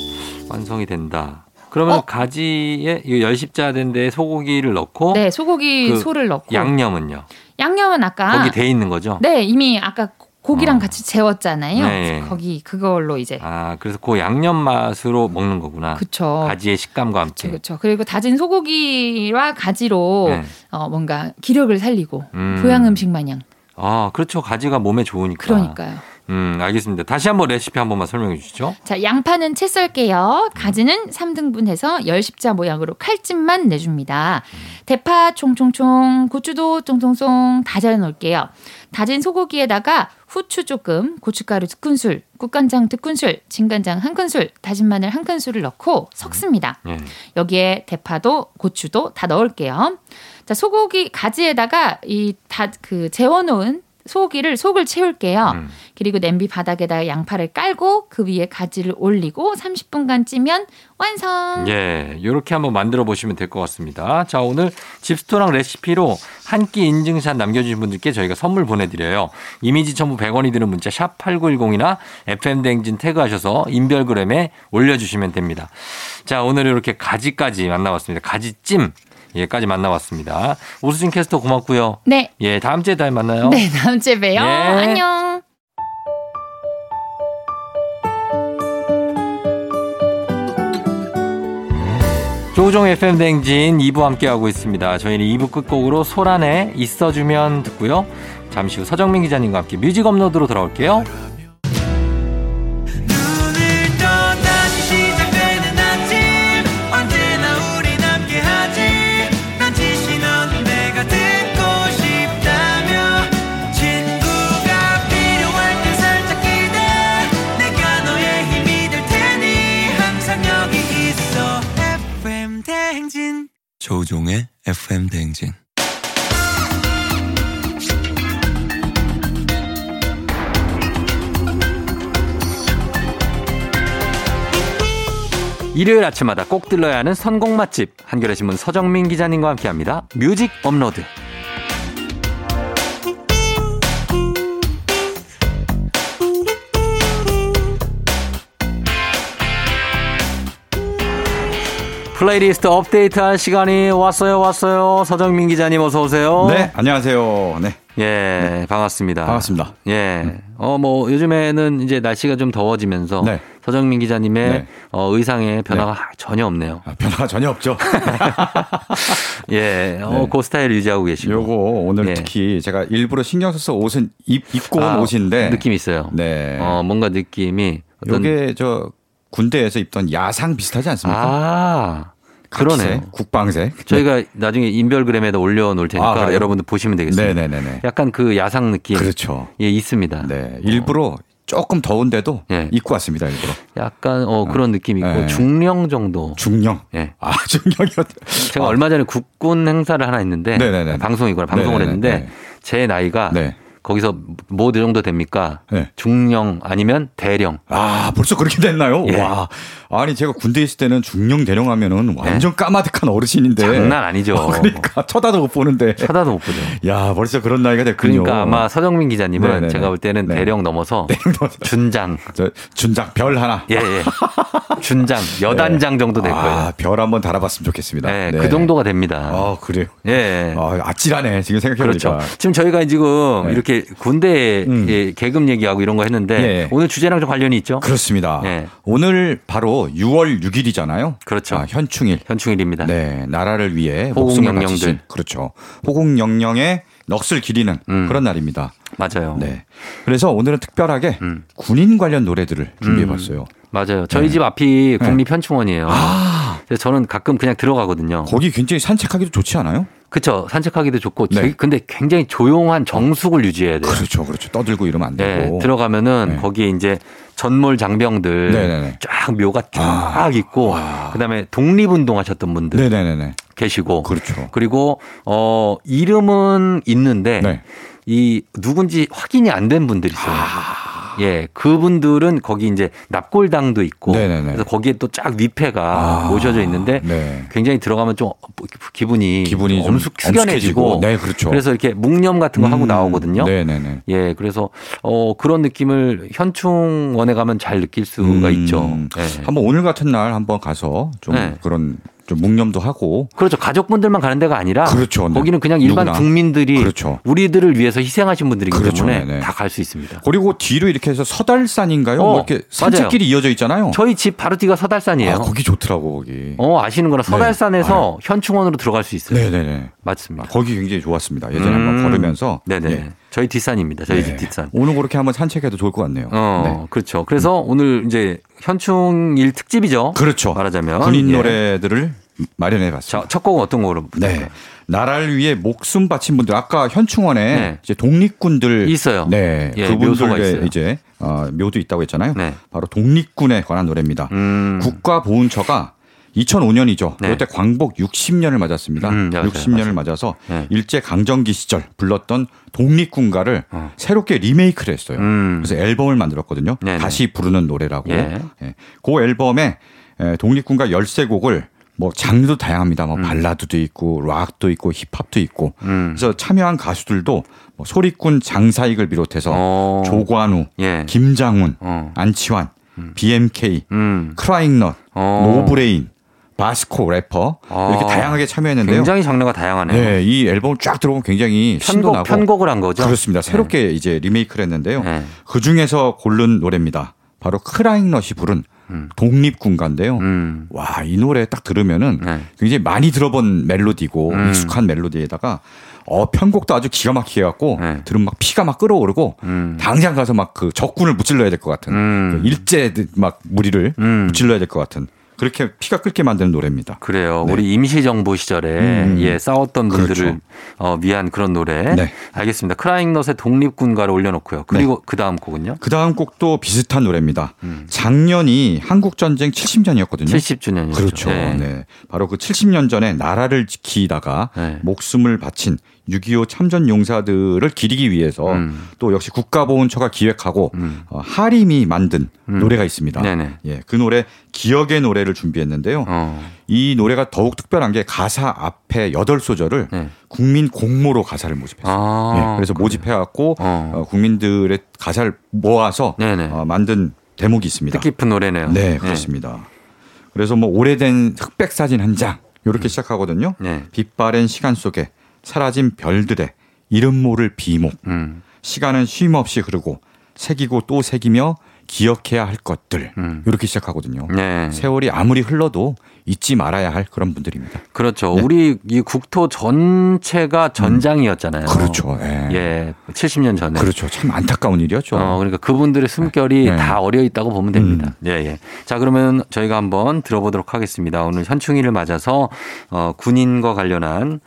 완성이 된다. 그러면 어? 가지에 이 열십자 된데 소고기를 넣고 네 소고기 어? 그 소를 넣고 양념은요. 양념은 아까 거기 돼 있는 거죠. 네 이미 아까 고기랑 어. 같이 재웠잖아요. 네. 거기 그걸로 이제 아 그래서 그 양념 맛으로 먹는 거구나. 그쵸. 가지의 식감과 함께. 그렇죠. 그리고 다진 소고기와 가지로 네. 어, 뭔가 기력을 살리고 음. 보양 음식 마냥 아 그렇죠. 가지가 몸에 좋으니까. 그러니까요. 음 알겠습니다. 다시 한번 레시피 한 번만 설명해 주시죠. 자, 양파는 채 썰게요. 가지는 3등분해서 열십자 모양으로 칼집만 내줍니다. 음. 대파 총총총, 고추도 쫑쫑쫑 다져 놓을게요. 다진 소고기에다가 후추 조금, 고춧가루 두 큰술, 국간장 두 큰술, 진간장 한 큰술, 다진 마늘 한 큰술을 넣고 섞습니다. 예. 여기에 대파도 고추도 다 넣을게요. 자, 소고기 가지에다가 이 다 그 재워 놓은 소고기를 속을 채울게요. 음. 그리고 냄비 바닥에다 양파를 깔고 그 위에 가지를 올리고 30분간 찌면 완성. 예, 요렇게 한번 만들어 보시면 될 것 같습니다. 자, 오늘 집스토랑 레시피로 한 끼 인증샷 남겨주신 분들께 저희가 선물 보내드려요. 이미지 첨부 100원이 드는 문자 샵 8910이나 FM대행진 태그하셔서 인별그램에 올려주시면 됩니다. 자, 오늘 이렇게 가지까지 만나봤습니다. 가지찜. 예까지 만나봤습니다. 오수진 캐스터 고맙고요. 네. 예, 다음 주에 다시 만나요. 네, 다음 주에 봬요. 예. 안녕. 조종 FM 댕진 2부 함께하고 있습니다. 저희는 2부 끝곡으로 소란에 있어주면 듣고요. 잠시 후 서정민 기자님과 함께 뮤직 업로드로 돌아올게요. 오늘 또 다시 시작되는 아침 언제나 우리 함께하지 난 지시 넌 내가 듣고 싶다며 친구가 필요할 때 살짝 기대 내가 너의 힘이 될 테니 항상 여기 있어 FM 대행진 조종의 FM 대행진. 일요일 아침마다 꼭 들러야 하는 선곡 맛집 한겨레 신문 서정민 기자님과 함께합니다. 뮤직 업로드. 플레이리스트 업데이트할 시간이 왔어요, 왔어요. 서정민 기자님 어서 오세요. 네, 안녕하세요. 네, 예, 반갑습니다. 반갑습니다. 예. 어, 뭐, 요즘에는 이제 날씨가 좀 더워지면서 네. 서정민 기자님의 네. 어, 의상에 변화가 전혀 없네요. 아, 변화가 전혀 없죠. 예. 어, 네. 그 스타일 유지하고 계시고. 요거 오늘 예. 특히 제가 일부러 신경 써서 옷은 입, 입고 온 아, 옷인데. 느낌 있어요. 네. 어, 뭔가 느낌이 어떤 요게 저 군대에서 입던 야상 비슷하지 않습니까? 아. 각색, 그러네요. 국방색. 저희가 나중에 인별그램에다 올려 놓을 아, 테니까 그래요? 여러분들 보시면 되겠습니다. 네네네네. 약간 그 야상 느낌. 그렇죠. 예, 있습니다. 네, 일부러 조금 더운데도 예. 입고 왔습니다. 일부러. 약간 어 그런 느낌 있고 네. 중령 정도. 중령. 예. 음, 아, 중령이었. 제가 아, 얼마 전에 국군 행사를 하나 했는데 네네네. 방송이구나 방송을 네네네. 했는데 네. 제 나이가 네. 거기서 뭐 정도 됩니까? 네. 중령 아니면 대령. 아, 벌써 그렇게 됐나요? 예. 네. 와. 아니 제가 군대 있을 때는 중령 대령하면은 완전 까마득한 어르신인데 장난 아니죠. 그러니까 쳐다도 못 보는데 쳐다도 못 보죠. 야 벌써 그런 나이가 됐군요. 그러니까 아마 서정민 기자님은 네네네. 제가 볼 때는 네. 대령 넘어서 준장. 저 준장 별 하나 예, 예. 준장, 여단장 정도 될 거예요. 네. 아, 별 한번 달아봤으면 좋겠습니다. 예, 네. 그 정도가 됩니다. 아 그래요. 예, 예. 아 아찔하네 지금 생각해보니까. 그렇죠. 지금 저희가 지금 네. 이렇게 군대 음. 예, 계급 얘기하고 이런 거 했는데 예. 오늘 주제랑 좀 관련이 있죠? 습니다 예. 오늘 바로 6월 6일이잖아요. 그렇죠. 아, 현충일. 현충일입니다. 네, 나라를 위해 호국 목숨을 영령들. 바치신 그렇죠. 호국 영령의 넋을 기리는 음. 그런 날입니다. 맞아요. 네. 그래서 오늘은 특별하게 음. 군인 관련 노래들을 준비해봤어요. 맞아요. 저희 네. 집 앞이 국립현충원이에요. 아. 그래서 저는 가끔 그냥 들어가거든요. 거기 굉장히 산책하기도 좋지 않아요? 그쵸. 산책하기도 좋고. 네. 되게- 근데 굉장히 조용한 정숙을 유지해야 돼요. 그렇죠, 그렇죠. 떠들고 이러면 안 네. 되고. 들어가면은 네. 거기에 이제 전몰 장병들 네네네. 아. 쫙 묘가 쫙 있고 그다음에 독립운동 하셨던 분들 네네네네. 계시고 그렇죠. 그리고 어 이름은 있는데 네. 이 누군지 확인이 안 된 분들이 있어요. 아. 예, 그분들은 거기 이제 납골당도 있고 네네네. 그래서 거기에 또 쫙 위패가 아. 모셔져 있는데 네. 굉장히 들어가면 좀 기분이 기분이 좀 엄숙 숙연해지고 엄숙해지고. 네, 그렇죠. 래서 이렇게 묵념 같은 거 하고 음, 나오거든요. 네네네. 예, 그래서 어 그런 느낌을 현충원에 가면 잘 느낄 수가 음, 있죠. 예. 한번 오늘 같은 날 한번 가서 좀 네. 그런 좀 묵념도 하고 그렇죠. 가족분들만 가는 데가 아니라 그렇죠. 네. 거기는 그냥 일반 누구나. 국민들이 그렇죠. 우리들을 위해서 희생하신 분들이기 그렇죠. 때문에 네네. 다 갈 수 있습니다. 그리고 뒤로 이렇게 해서 서달산인가요? 어, 뭐 이렇게 산책길이 이어져 있잖아요. 저희 집 바로 뒤가 서달산이에요. 아, 거기 좋더라고 거기. 어, 아시는 거나 서달산에서 현충원으로 들어갈 수 있어요. 네네네. 아, 맞습니다. 거기 굉장히 좋았습니다. 예전에 한번 음. 걸으면서. 네네. 예. 저희 뒷산입니다. 저희 집 네. 뒷산. 오늘 그렇게 한번 산책해도 좋을 것 같네요. 어, 네. 그렇죠. 그래서 오늘 이제 현충일 특집이죠. 그렇죠. 말하자면 군인 예. 노래들을 자, 마련해봤습니다. 첫 곡은 어떤 거로? 네. 나라를 위해 목숨 바친 분들 아까 현충원에 네. 이제 독립군들 있어요. 네. 예, 묘소가 있어요. 그분들의 이제 어, 묘도 있다고 했잖아요. 네. 바로 독립군에 관한 노래입니다. 음. 국가보훈처가 2005년이죠. 네. 그때 광복 60년을 맞았습니다. 음, 맞아요. 60년을 맞아서 네. 일제 강점기 시절 불렀던 독립군가를 어. 새롭게 리메이크를 했어요. 음. 그래서 앨범을 만들었거든요. 네네. 다시 부르는 노래라고. 예. 예. 그 앨범에 에, 독립군가 13곡을 뭐 장르도 다양합니다. 뭐 발라드도 있고 락도 있고 힙합도 있고. 음. 그래서 참여한 가수들도 뭐 소리꾼 장사익을 비롯해서 어. 조관우, 예. 김장훈, 어. 안치환, BMK, 음. 크라잉넛, 어. 노브레인, 바스코 래퍼 아. 이렇게 다양하게 참여했는데요. 굉장히 장르가 다양하네요. 네, 이 앨범을 쫙 들어보면 굉장히 신도 편곡, 나고 편곡을 한 거죠? 그렇습니다. 새롭게 이제 리메이크를 했는데요. 네. 그 중에서 고른 노래입니다. 바로 크라잉넛이 부른 독립군가인데요. 음. 와, 이 노래 딱 들으면은 네. 굉장히 많이 들어본 멜로디고 음. 익숙한 멜로디에다가 어, 편곡도 아주 기가 막히게 해갖고 네. 들으면 막 피가 막 끓어오르고 음. 당장 가서 막 그 적군을 무찔러야 될 것 같은 음. 그 일제 막 무리를 음. 무찔러야 될 것 같은 그렇게 피가 끓게 만드는 노래입니다. 그래요. 네. 우리 임시정부 시절에 음, 음. 예, 싸웠던 그렇죠. 분들을 어, 위한 그런 노래. 네. 알겠습니다. 크라잉넛의 독립군가를 올려놓고요. 그리고 그 다음 곡은요? 그 다음 곡도 비슷한 노래입니다. 음. 작년이 한국 전쟁 70년이었거든요. 70주년이죠. 그렇죠. 네. 바로 그 70년 전에 나라를 지키다가 네. 목숨을 바친 6.25 참전 용사들을 기리기 위해서 음. 또 역시 국가보훈처가 기획하고 음. 어, 하림이 만든 노래가 있습니다. 네네. 예, 그 노래 기억의 노래를 준비했는데요. 어. 이 노래가 더욱 특별한 게 가사 앞에 여덟 소절을 네. 국민 공모로 가사를 모집했어요. 아. 예, 그래서 모집해갖고 어. 어, 국민들의 가사를 모아서 네네. 어, 만든 대목이 있습니다. 뜻깊은 노래네요. 예. 네, 그렇습니다. 그래서 뭐 오래된 흑백 사진 한 장 이렇게 시작하거든요. 네. 빛바랜 시간 속에 사라진 별들의 이름 모를 비목. 음. 시간은 쉼 없이 흐르고 새기고 또 새기며 기억해야 할 것들 음. 이렇게 시작하거든요. 네. 세월이 아무리 흘러도 잊지 말아야 할 그런 분들입니다. 그렇죠. 네. 우리 이 국토 전체가 전장이었잖아요. 그렇죠. 예. 예. 70년 전에. 그렇죠. 참 안타까운 일이었죠. 어, 그러니까 그분들의 숨결이 네. 음. 다 어려 있다고 보면 됩니다. 예, 예. 자, 그러면 저희가 한번 들어보도록 하겠습니다. 오늘 현충일을 맞아서 어, 군인과 관련한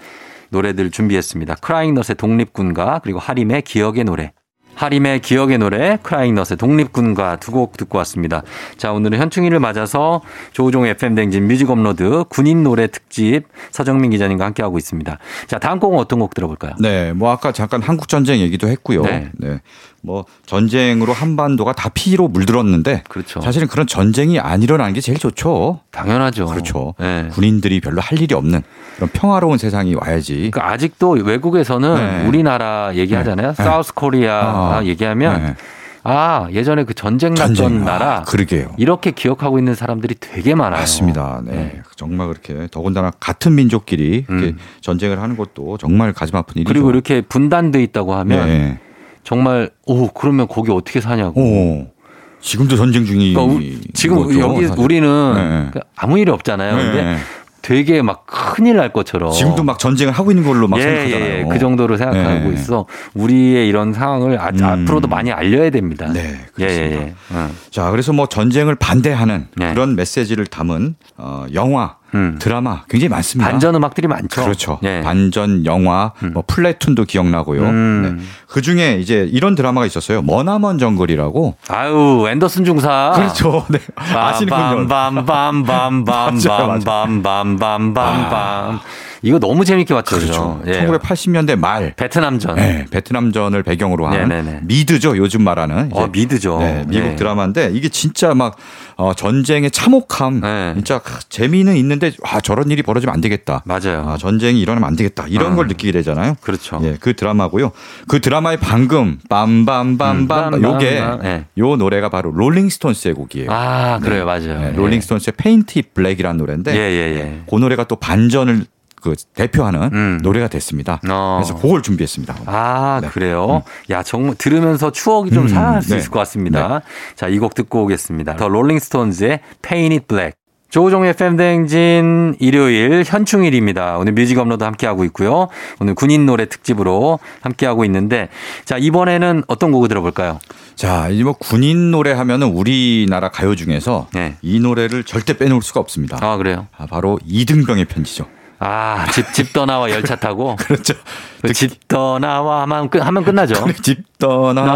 노래들 준비했습니다. 크라잉넛의 독립군가 그리고 하림의 기억의 노래. 하림의 기억의 노래, 크라잉넛의 독립군가 두 곡 듣고 왔습니다. 자, 오늘은 현충일을 맞아서 조우종 FM 댕진 뮤직 업로드 군인 노래 특집 서정민 기자님과 함께하고 있습니다. 자, 다음 곡은 어떤 곡 들어볼까요? 네, 뭐 아까 잠깐 한국 전쟁 얘기도 했고요. 네. 네. 뭐 전쟁으로 한반도가 다 피로 물들었는데 그렇죠. 사실은 그런 전쟁이 안 일어나는 게 제일 좋죠. 당연하죠. 그렇죠. 예. 군인들이 별로 할 일이 없는 그런 평화로운 세상이 와야지. 그러니까 아직도 외국에서는 예. 네. 우리나라 얘기하잖아요. 네. 사우스 코리아 아, 얘기하면 네. 아 예전에 그 전쟁 났던 전쟁. 아, 나라 그러게요. 이렇게 기억하고 있는 사람들이 되게 많아요. 맞습니다. 네. 네. 정말 그렇게 더군다나 같은 민족끼리 이렇게 음. 전쟁을 하는 것도 정말 가슴 아픈 일이죠. 그리고 이렇게 분단돼 있다고 하면 네. 정말 오 그러면 거기 어떻게 사냐고. 오, 지금도 전쟁 중이. 그러니까 우- 지금 여기 우리는 네. 그러니까 아무 일이 없잖아요. 근데 되게 막 큰일 날 것처럼 지금도 막 전쟁을 하고 있는 걸로 막 예, 생각하잖아요. 예, 예. 그 정도로 생각하고 예. 있어. 우리의 이런 상황을 아, 음. 앞으로도 많이 알려야 됩니다. 네, 예, 예, 그렇습니다. 예. 응. 자, 그래서 뭐 전쟁을 반대하는 네. 그런 메시지를 담은 어, 영화, 음. 드라마 굉장히 많습니다. 반전 음악들이 많죠. 그렇죠. 예. 반전 영화, 뭐 플래툰도 기억나고요. 음. 그 중에 이제 이런 드라마가 있었어요. 머나먼 정글이라고. 아유, 앤더슨 중사. 그렇죠. 네. 아시는군요. 맞아요, 맞아요. 빰빰빰빰빰빰빰빰빰빰. 이거 너무 재밌게 봤죠. 그렇죠. 그죠? 예. 1980년대 말 베트남전. 네, 베트남전을 배경으로 한 네네네. 미드죠. 요즘 말하는 어, 미드죠. 네, 미국 예. 드라마인데 이게 진짜 막 어, 전쟁의 참혹함, 네. 진짜 크, 재미는 있는데 아 저런 일이 벌어지면 안 되겠다. 맞아요. 아, 전쟁이 일어나면 안 되겠다. 이런 음. 걸 느끼게 되잖아요. 그렇죠. 예, 그 드라마고요. 그 드라마의 방금 음, 빰빰빰빰 빰, 요게 빰, 예. 요 노래가 바로 롤링스톤스의 곡이에요. 아, 그래요. 맞아요. 네, 예. 롤링스톤스의 페인트 블랙이라는 노래인데 예, 예, 예. 그 노래가 또 반전을 그 대표하는 음. 노래가 됐습니다. 어. 그래서 그걸 준비했습니다. 아, 그래요? 야, 정말 들으면서 추억이 좀 음, 살아날 수 네. 있을 것 같습니다. 자, 이 곡 듣고 오겠습니다. 더 롤링스톤즈의 Paint It Black. 조종의 팬댕진 일요일 현충일입니다. 오늘 뮤직 업로드 함께하고 있고요. 오늘 군인 노래 특집으로 함께하고 있는데 자, 이번에는 어떤 곡을 들어볼까요? 자, 이제 뭐 군인 노래 하면은 우리나라 가요 중에서 네. 이 노래를 절대 빼놓을 수가 없습니다. 아, 그래요? 아, 바로 이등병의 편지죠. 아, 집, 집 떠나와 열차 타고 그렇죠. 집 떠나와 하면, 끝- 하면 끝나죠. 집 떠나와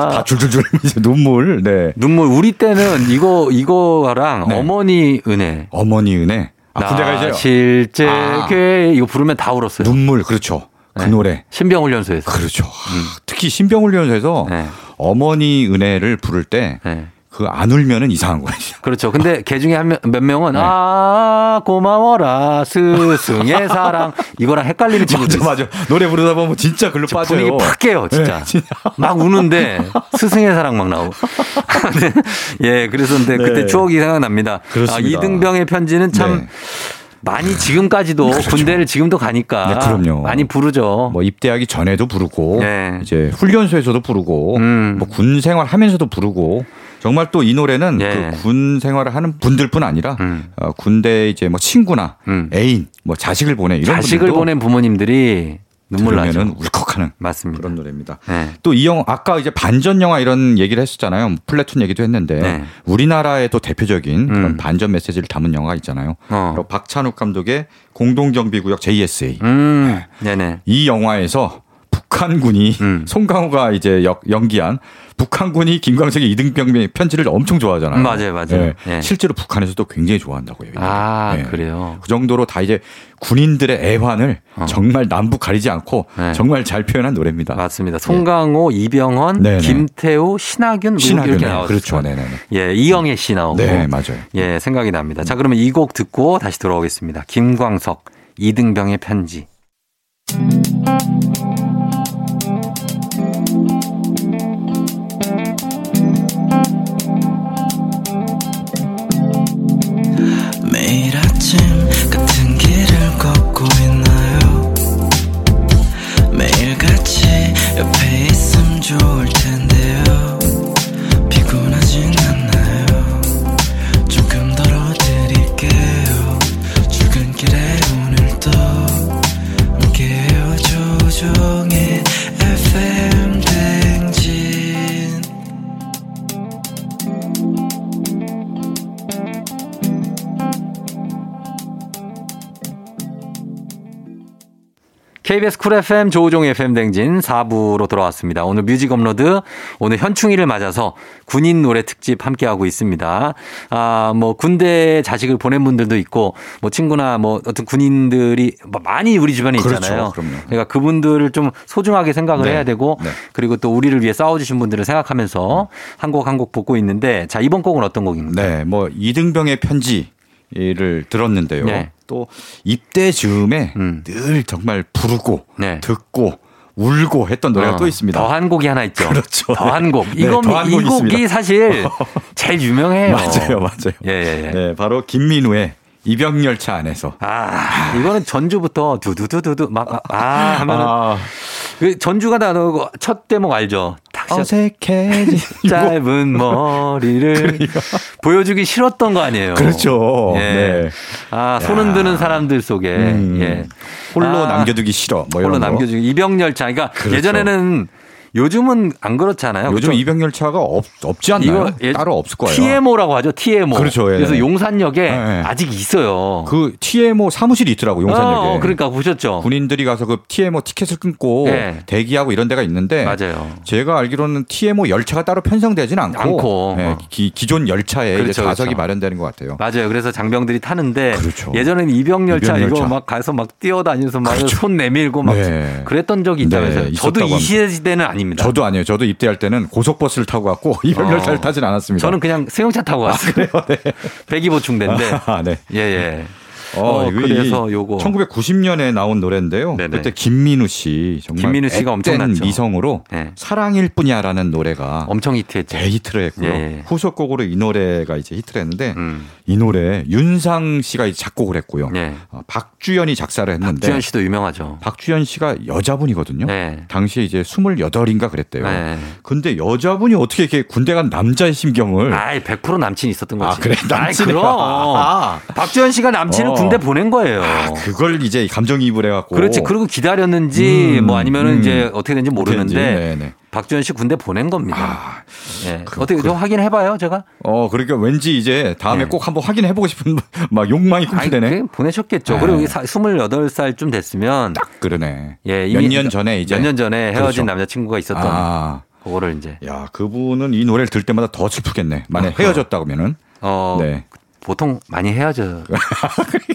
나와. 다 줄줄줄 이제 눈물. 네. 눈물 우리 때는 이거 이거랑 어머니 은혜 어머니 은혜. 아, 군대가 이제 실제 아. 괴 이거 부르면 다 울었어요. 네. 눈물 그렇죠. 그 노래. 신병훈련소에서. 그렇죠. 아, 특히 신병훈련소에서 네. 어머니 은혜를 부를 때 네. 그 안 울면은 이상한 거예요. 그렇죠. 근데 걔 중에 한 명, 몇 명은 네. 아 고마워라 스승의 사랑 이거랑 헷갈리는 친구들. 맞아 있어요. 맞아. 노래 부르다 보면 진짜 글로 분위기 빠져요. 팍 깨요, 진짜. 네, 진짜. 막 우는데 스승의 사랑 막 나오고. 예, 그래서 근데 그때 네. 추억이 생각납니다. 아, 그렇습니다. 이등병의 편지는 참 네. 음, 그렇죠. 많이 지금까지도 군대를 지금도 가니까 네, 그럼요. 많이 부르죠. 뭐 입대하기 전에도 부르고 네. 이제 훈련소에서도 부르고 음. 뭐 군 생활 하면서도 부르고 정말 또 이 노래는 예. 그 군 생활을 하는 분들뿐 아니라 음. 어, 군대 이제 뭐 친구나 음. 애인 뭐 자식을 보내 이런 자식을 분들도 보낸 부모님들이 눈물 들으면은 나죠. 울컥하는 맞습니다. 그런 노래입니다. 네. 또 이 영화 아까 이제 반전 영화 이런 얘기를 했었잖아요. 뭐 플래툰 얘기도 했는데 네. 우리나라의 또 대표적인 음. 그런 반전 메시지를 담은 영화가 있잖아요. 어. 바로 박찬욱 감독의 공동정비구역 JSA. 음, 네네. 이 영화에서 북한군이 음. 송강호가 이제 역, 연기한 북한군이 김광석의 이등병의 편지를 엄청 좋아하잖아요. 음, 맞아요, 맞아요. 예. 예. 실제로 북한에서도 굉장히 좋아한다고요. 이게. 아, 예. 그래요. 어. 그 정도로 다 이제 군인들의 애환을 정말 남북 가리지 않고 네. 정말 잘 표현한 노래입니다. 맞습니다. 송강호, 이병헌, 예. 네네. 김태우, 신하균, 뭐 신하균. 이렇게 네, 나왔어요. 그렇죠. 네네네. 예, 이영애 씨 나오고. 네, 맞아요. 예, 생각이 납니다. 자, 그러면 이 곡 듣고 다시 돌아오겠습니다. 김광석, 이등병의 편지. 매일 아침 같은 길을 걷고 있나요 매일 같이 옆에 있음 좋을 텐데요 피곤하진 않나요 조금 덜어드릴게요 출근길에 오늘도 함께해요 조종의 FM 댕진 KBS 쿨 FM 조우종 FM 댕진 4부로 돌아왔습니다. 오늘 뮤직 업로드 오늘 현충일을 맞아서 군인 노래 특집 함께 하고 있습니다. 아, 뭐 군대 자식을 보낸 분들도 있고 뭐 친구나 뭐 어떤 군인들이 뭐 많이 우리 주변에 그렇죠. 있잖아요. 그럼요. 러니까 그분들을 좀 소중하게 생각을 네. 해야 되고 네. 그리고 또 우리를 위해 싸워 주신 분들을 생각하면서 한 곡 한 곡 보고 있는데 자, 이번 곡은 어떤 곡입니까? 네, 뭐 이등병의 편지를 들었는데요. 네. 또 입대 즈음에 음. 늘 정말 부르고 네. 듣고 울고 했던 노래가 어, 또 있습니다. 더한 곡이 하나 있죠. 그렇죠. 더한 곡. 네, 이건 더한 이 곡이 곡이 있습니다. 사실 제일 유명해요. 맞아요, 맞아요. 예, 예, 예. 네, 바로 김민우의 이병열차 안에서. 아, 이거는 전주부터 두두두두두 막, 아, 아 하면은 그 전주가 나오고 첫 대목 알죠? 아, 어, 탁샷 어색해지. 짧은 머리를 보여주기 싫었던 거 아니에요? 그렇죠. 예. 네. 아, 손 흔드는 사람들 속에. 음, 예. 홀로 아, 남겨두기 싫어. 뭐 이런 홀로 거. 남겨주기. 이병열차. 그러니까 그렇죠. 예전에는 요즘은 안 그렇잖아요. 요즘 그죠? 이병열차가 없, 없지 않나요? 따로 없을 거예요. TMO라고 하죠. TMO. 그렇죠, 예. 래서 용산역에 예, 예. 아직 있어요. 그 TMO 사무실이 있더라고 용산역에. 어, 어, 그러니까 보셨죠. 군인들이 가서 그 TMO 티켓을 끊고 예. 대기하고 이런 데가 있는데 맞아요. 제가 알기로는 TMO 열차가 따로 편성되진 않고, 않고. 예, 어. 기, 기존 열차에 이제 그렇죠, 좌석이 그렇죠. 마련되는 것 같아요. 맞아요. 그래서 장병들이 타는데 그렇죠. 예전에는 이병열차, 이병열차. 이거 막 가서 막 뛰어다니면서 막 그렇죠. 손 내밀고 막 네. 그랬던 적이 있다면서요. 네, 저도 있었다고 이 시대는 아닙니다. 저도 아니에요. 저도 입대할 때는 고속버스를 타고 갔고 이병열차를 어. 타진 않았습니다. 네. 저는 그냥 승용차 타고 왔어요. 배기보충대인데. 아, 네. 예, 예. 어, 어, 이거 그래서 이 요거. 1990년에 나온 노래인데요. 네네. 그때 김민우 씨 정말 김민우 씨가 앳된 엄청났죠. 미성으로 네. 사랑일 뿐이야라는 노래가 엄청 히트했죠. 대히트를 했고요. 예. 후속곡으로 이 노래가 이제 히트를 했는데 음. 이 노래 윤상 씨가 이 작곡을 했고요. 예. 어, 박주연이 작사를 했는데 주현 씨도 유명하죠. 박주연 씨가 여자분이거든요. 네. 당시에 이제 28인가 그랬대요. 네. 근데 여자분이 어떻게 이렇게 군대 간 남자의 심경을 아이, 100% 남친이 있었던 거지. 네. 아, 그래? 남친이- 아이, 그럼. 아. 박주현 씨가 남친을 어. 군대 보낸 거예요. 아, 그걸 이제 감정이입을 해갖고 그렇지. 그리고 기다렸는지 음, 뭐 아니면은 음. 이제 어떻게 된지 모르는데 어떻게 했는지. 네네. 박주현 씨 군대 보낸 겁니다. 아, 예. 그- 어떻게 좀 확인해봐요, 제가? 어 그러니까 왠지 이제 다음에 네. 꼭 한번 확인해 보고 싶은 막 욕망이 꿈틀대네. 그냥 보내셨겠죠. 네. 그리고 28살쯤 됐으면 그러네. 예, 이미 몇 년 전에 이제 몇 년 전에 그렇죠. 헤어진 남자친구가 있었던 아, 그거를 이제 야 그분은 이 노래를 들 때마다 더 슬프겠네. 만약 그렇죠. 헤어졌다면은 어 네. 보통 많이 헤어져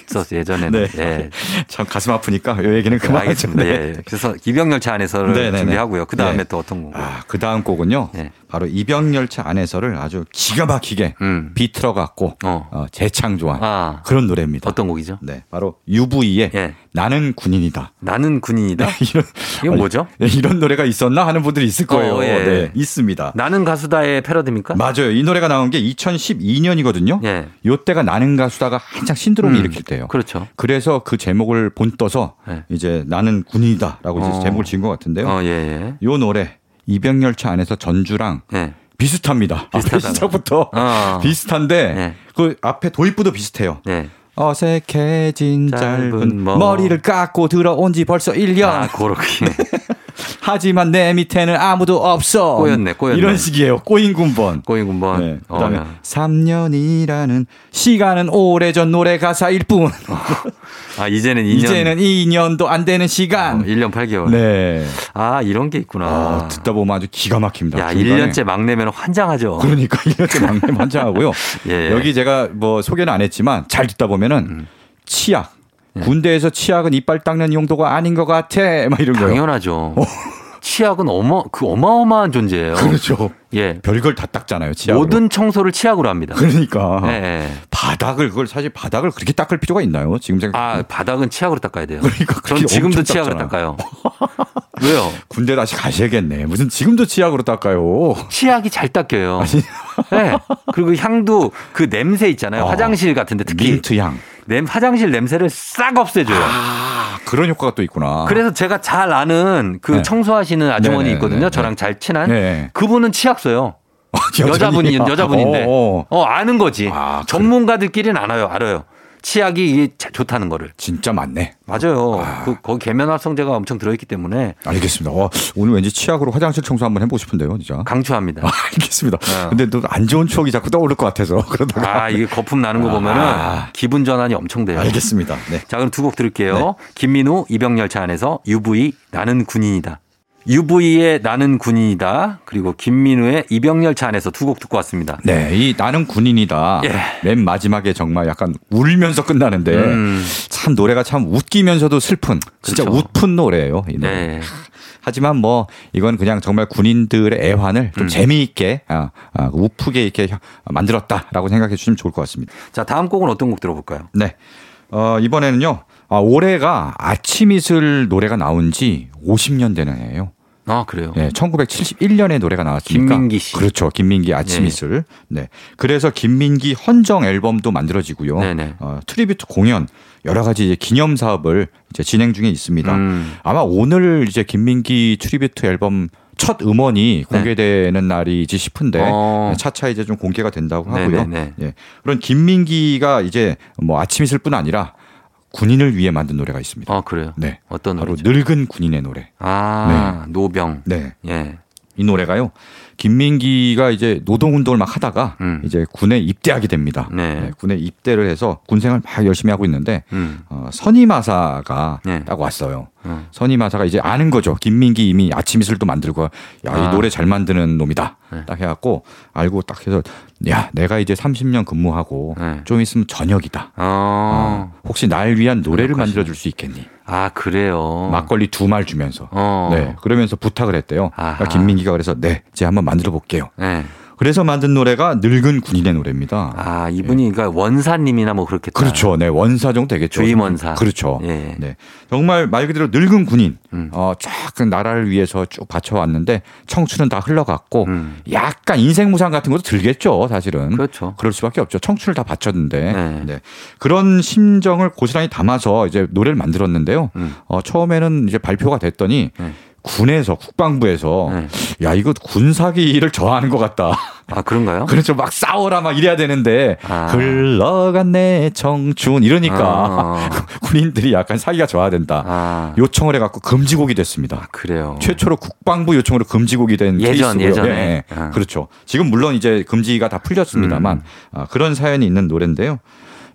있었어 예전에는 네. 예. 참 가슴 아프니까 이 얘기는 그만하죠. 알겠습니다. 예. 그래서 이병열차 안에서를 네, 네, 네. 준비하고요. 그 다음에 네. 또 어떤 곡? 아, 그 다음 곡은요. 네. 바로 이병열차 안에서를 아주 기가 막히게 음. 비틀어 갖고 어. 재창조한 아. 그런 노래입니다. 어떤 곡이죠? 네, 바로 UV의 예. 나는 군인이다. 나는 군인이다. 이런 이건 뭐죠? 예, 이런 노래가 있었나 하는 분들이 있을 거예요. 어, 예. 네, 있습니다. 나는 가수다의 패러디입니까? 맞아요. 이 노래가 나온 게 2012년이거든요. 예. 요때가 나는 가수다가 한창 신드롬을 일으킬 때예요. 그렇죠. 그래서 그 제목을 본떠서 네. 이제 나는 군인이다라고 이제 어. 제목을 지은 것 같은데요. 어, 예, 예. 요 노래 이병열차 안에서 전주랑 예. 비슷합니다. 앞에 비슷하다고요? 시작부터 어. 비슷한데 네. 그 앞에 도입부도 비슷해요. 예. 어색해진 짧은 짧은, 머- 머리를 깎고 들어온 지 벌써 1년. 아, 그렇게. 하지만 내 밑에는 아무도 없어. 꼬였네, 꼬였네. 이런 식이에요. 꼬인 군번. 꼬인 군번. 네. 어, 그다음에 야. 3년이라는 시간은 오래전 노래 가사일 뿐. 아, 이제는 2년. 이제는 2년도 안 되는 어, 시간. 1년 8개월. 네. 아, 이런 게 있구나. 아, 듣다 보면 아주 기가 막힙니다. 그 야, 중간에. 1년째 막내면 환장하죠. 그러니까 1년째 막내 환장하고요. 예, 음. 예. 여기 제가 뭐 소개는 안 했지만 잘 듣다 보면은 치약. 예. 군대에서 치약은 이빨 닦는 용도가 아닌 것 같아. 막 이런 거요. 어. 당연하죠. 치약은 어마, 그 어마어마한 존재예요. 그렇죠. 예. 별걸 다 닦잖아요. 치약. 모든 청소를 치약으로 합니다. 그러니까 예, 예. 바닥을 그걸 사실 바닥을 그렇게 닦을 필요가 있나요? 지금 생각. 아, 바닥은 치약으로 닦아야 돼요. 그러니까 전 그렇게 지금도 엄청 치약으로 닦잖아. 닦아요. 왜요? 군대 다시 가셔야겠네. 무슨 지금도 치약으로 닦아요. 치약이 잘 닦여요. 네. 그리고 향도 그 냄새 있잖아요. 어. 화장실 같은데 특히 민트 향. 냄, 화장실 냄새를 싹 없애줘요. 아 그런 효과가 또 있구나. 그래서 제가 잘 아는 그 어. 네. 청소하시는 아주머니 네네네네. 있거든요. 저랑 잘 친한 네. 그분은 치약 써요. 여전히. 여자분이 여자분인데 어, 어. 어 아는 거지 아, 그래. 전문가들끼리는 알아요 알아요 치약이 이게 자- 좋다는 거를. 진짜 많네. 맞아요. 아. 그, 거기 계면활성제가 엄청 들어있기 때문에 알겠습니다. 어, 오늘 왠지 치약으로 화장실 청소 한번 해보고 싶은데요, 진짜. 강추합니다. 아, 알겠습니다. 어. 근데 또 안 좋은 추억이 자꾸 떠오를 것 같아서 그러다가 아, 이게 거품 나는 거 보면은 아. 기분 전환이 엄청 돼요. 알겠습니다. 네. 자, 그럼 두 곡 들을게요. 김민우 이병열차 안에서 UV 나는 군인이다. UV의 나는 군인이다. 그리고 김민우의 이병열차 안에서 두 곡 듣고 왔습니다. 네, 이 나는 군인이다. 예. 맨 마지막에 정말 약간 울면서 끝나는데 음. 참 노래가 참 웃기면서도 슬픈 진짜 그렇죠. 웃픈 노래예요. 이 노래. 네. 하지만 뭐 이건 그냥 정말 군인들의 애환을 좀 음. 재미있게 아, 아, 우프게 이렇게 혀- 만들었다라고 생각해 주시면 좋을 것 같습니다. 자, 다음 곡은 어떤 곡 들어볼까요? 네. 어, 이번에는요. 아, 올해가 아침 이슬 노래가 나온 지 50년 되는 해예요. 아, 그래요. 네, 1971년에 노래가 나왔으니까. 김민기 씨. 그렇죠. 김민기 아침 예. 이슬. 네. 그래서 김민기 헌정 앨범도 만들어지고요. 네네. 어, 트리뷰트 공연 여러 가지 이제 기념 사업을 이제 진행 중에 있습니다. 음. 아마 오늘 이제 김민기 트리뷰트 앨범 첫 음원이 네. 공개되는 날이지 싶은데 네, 어. 차차 이제 좀 공개가 된다고 하고요. 네네네. 예. 그런 김민기가 이제 뭐 아침 이슬뿐 아니라 군인을 위해 만든 노래가 있습니다. 아, 그래요. 네. 어떤 바로 노래죠? 늙은 군인의 노래. 아, 노병. 네. 예. 이 노래가요. 김민기가 이제 노동운동을 막 하다가 음. 이제 군에 입대하게 됩니다. 네. 군에 입대를 해서 군생활 막 열심히 하고 있는데 음. 어, 선임하사가 네. 딱 왔어요. 음. 선임하사가 이제 아는 거죠. 김민기 이미 아침 이슬도 만들고 야, 이 아. 노래 잘 만드는 놈이다. 네. 딱 해갖고 알고 딱 해서 야 내가 이제 30년 근무하고 네. 좀 있으면 저녁이다. 어. 어, 혹시 날 위한 노래를 그렇구나. 만들어줄 수 있겠니? 아, 그래요. 막걸리 두 말 주면서. 어. 네, 그러면서 부탁을 했대요. 그러니까 아하. 김민기가 그래서 네, 제가 한번 만들어 볼게요. 네. 그래서 만든 노래가 늙은 군인의 노래입니다. 아, 이분이 그러니까 원사님이나 뭐 그렇겠다. 그렇죠. 네, 원사 정도 되겠죠. 주임 원사. 그렇죠. 예. 네. 정말 말 그대로 늙은 군인. 음. 어, 쫙 나라를 위해서 쭉 바쳐왔는데 청춘은 다 흘러갔고 음. 약간 인생 무상 같은 것도 들겠죠, 사실은. 그렇죠. 그럴 수밖에 없죠. 청춘을 다 바쳤는데 네. 네. 그런 심정을 고스란히 담아서 이제 노래를 만들었는데요. 음. 어, 처음에는 이제 발표가 됐더니 네. 군에서 국방부에서 네. 야 이거 군 사기를 저하는 것 같다. 아, 그런가요? 그렇죠. 막 싸워라 막 이래야 되는데 아. 흘러간 내 청춘 이러니까 아. 군인들이 약간 사기가 저하된다. 아, 요청을 해갖고 금지곡이 됐습니다. 그래요. 최초로 국방부 요청으로 금지곡이 된 예전, 케이스고요. 예전에. 예, 예. 아. 음. 그렇죠. 지금 물론 이제 금지가 다 풀렸습니다만 아, 그런 사연이 있는 노래인데요.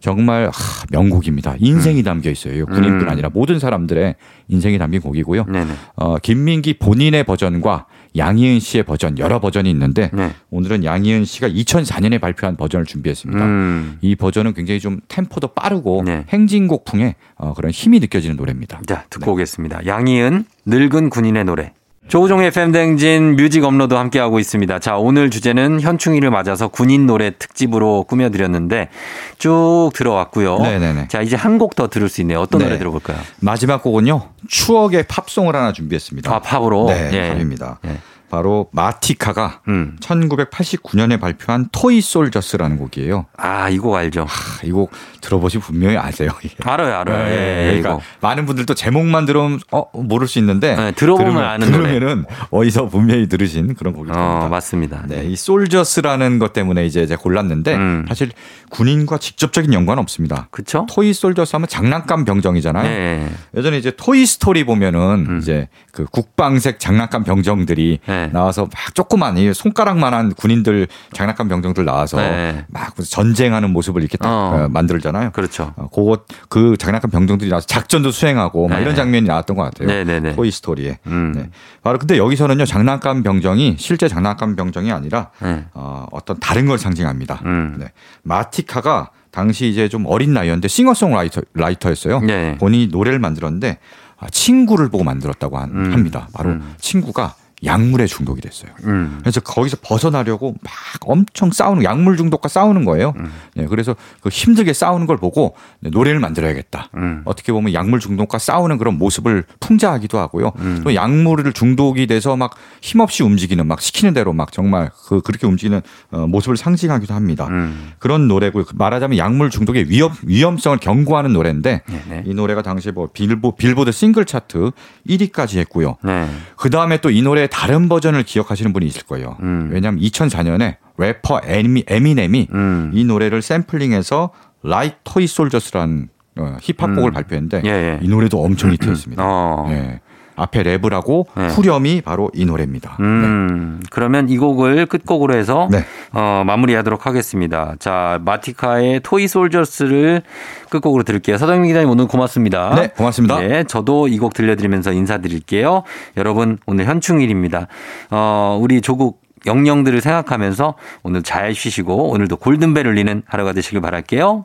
정말 하, 명곡입니다. 인생이 담겨 있어요. 군인뿐 음. 아니라 모든 사람들의 인생이 담긴 곡이고요. 네네. 어, 김민기 본인의 버전과 양희은 씨의 버전 여러 버전이 있는데 네. 오늘은 양희은 씨가 2004년에 발표한 버전을 준비했습니다. 음. 이 버전은 굉장히 좀 템포도 빠르고 네. 행진곡풍의 어, 그런 힘이 느껴지는 노래입니다. 자, 듣고 오겠습니다. 양희은, 늙은 군인의 노래. 조우종의 팬댕진 뮤직 업로드 함께하고 있습니다. 자, 오늘 주제는 현충일을 맞아서 군인 노래 특집으로 꾸며드렸는데 쭉 들어왔고요. 네네네. 자, 이제 한 곡 더 들을 수 있네요. 어떤 네. 노래 들어볼까요? 마지막 곡은요 추억의 팝송을 하나 준비했습니다. 아, 팝으로? 네, 예. 팝입니다. 예. 바로 마티카가 음. 1989년에 발표한 토이 솔저스라는 곡이에요. 아, 이 곡 알죠? 아, 이곡 들어보시 분명히 아세요. 이게. 알아요, 알아요. 예, 예, 그러니까 이거. 많은 분들도 제목만 들으면 어 모를 수 있는데 네, 들어보면 아는 노래. 들으면은 어디서 분명히 들으신 그런 곡이 됩니다. 어, 맞습니다. 네, 이 솔저스라는 것 때문에 이제 제가 골랐는데 음. 사실 군인과 직접적인 연관은 없습니다. 그쵸? 토이 솔저스 하면 장난감 병정이잖아요. 네. 예전에 이제 토이 스토리 보면은 음. 이제 그 국방색 장난감 병정들이 네. 나와서 막 조그만 이 손가락만한 군인들 장난감 병정들 나와서 네. 막 무슨 전쟁하는 모습을 이렇게 딱 어. 어, 만들잖아요. 그렇죠. 어, 그것 그 장난감 병정들이 나와서 작전도 수행하고 막 네. 이런 장면이 나왔던 것 같아요. 네네네. 토이 스토리에. 음. 네. 바로 근데 여기서는요 장난감 병정이 실제 장난감 병정이 아니라 네. 어, 어떤 다른 걸 상징합니다. 음. 네. 마티카가 당시 이제 좀 어린 나이였는데 싱어송라이터 라이터였어요. 네. 본인이 노래를 만들었는데 아, 친구를 보고 만들었다고 한- 음. 합니다. 바로 음. 친구가 약물에 중독이 됐어요. 음. 그래서 거기서 벗어나려고 막 엄청 싸우는 약물 중독과 싸우는 거예요. 음. 네, 그래서 그 힘들게 싸우는 걸 보고 네, 노래를 만들어야겠다. 음. 어떻게 보면 약물 중독과 싸우는 그런 모습을 풍자하기도 하고요. 음. 또 약물을 중독이 돼서 막 힘없이 움직이는 막 시키는 대로 막 정말 그 그렇게 움직이는 어, 모습을 상징하기도 합니다. 음. 그런 노래고 말하자면 약물 중독의 위험 위험성을 경고하는 노래인데 네네. 이 노래가 당시 뭐 빌보 빌보드 싱글 차트 1위까지 했고요. 네. 그 다음에 또 이 노래의 다른 버전을 기억하시는 분이 있을 거예요. 음. 왜냐하면 2004년에 래퍼 에미, 에미넴이 음. 이 노래를 샘플링해서 라이 토이 솔저스라는 어, 힙합곡을 발표했는데 예, 예. 이 노래도 엄청 히트했습니다. 어. 예. 앞에 랩을 하고 네. 후렴이 바로 이 노래입니다. 음, 그러면 이 곡을 끝곡으로 해서 네. 어, 마무리하도록 하겠습니다. 자, 마티카의 토이 솔저스를 끝곡으로 들을게요. 서정민 기자님 오늘 고맙습니다. 네, 고맙습니다. 예, 저도 이 곡 들려드리면서 인사드릴게요. 여러분, 오늘 현충일입니다. 어, 우리 조국 영령들을 생각하면서 오늘 잘 쉬시고 오늘도 골든벨 울리는 하루가 되시길 바랄게요.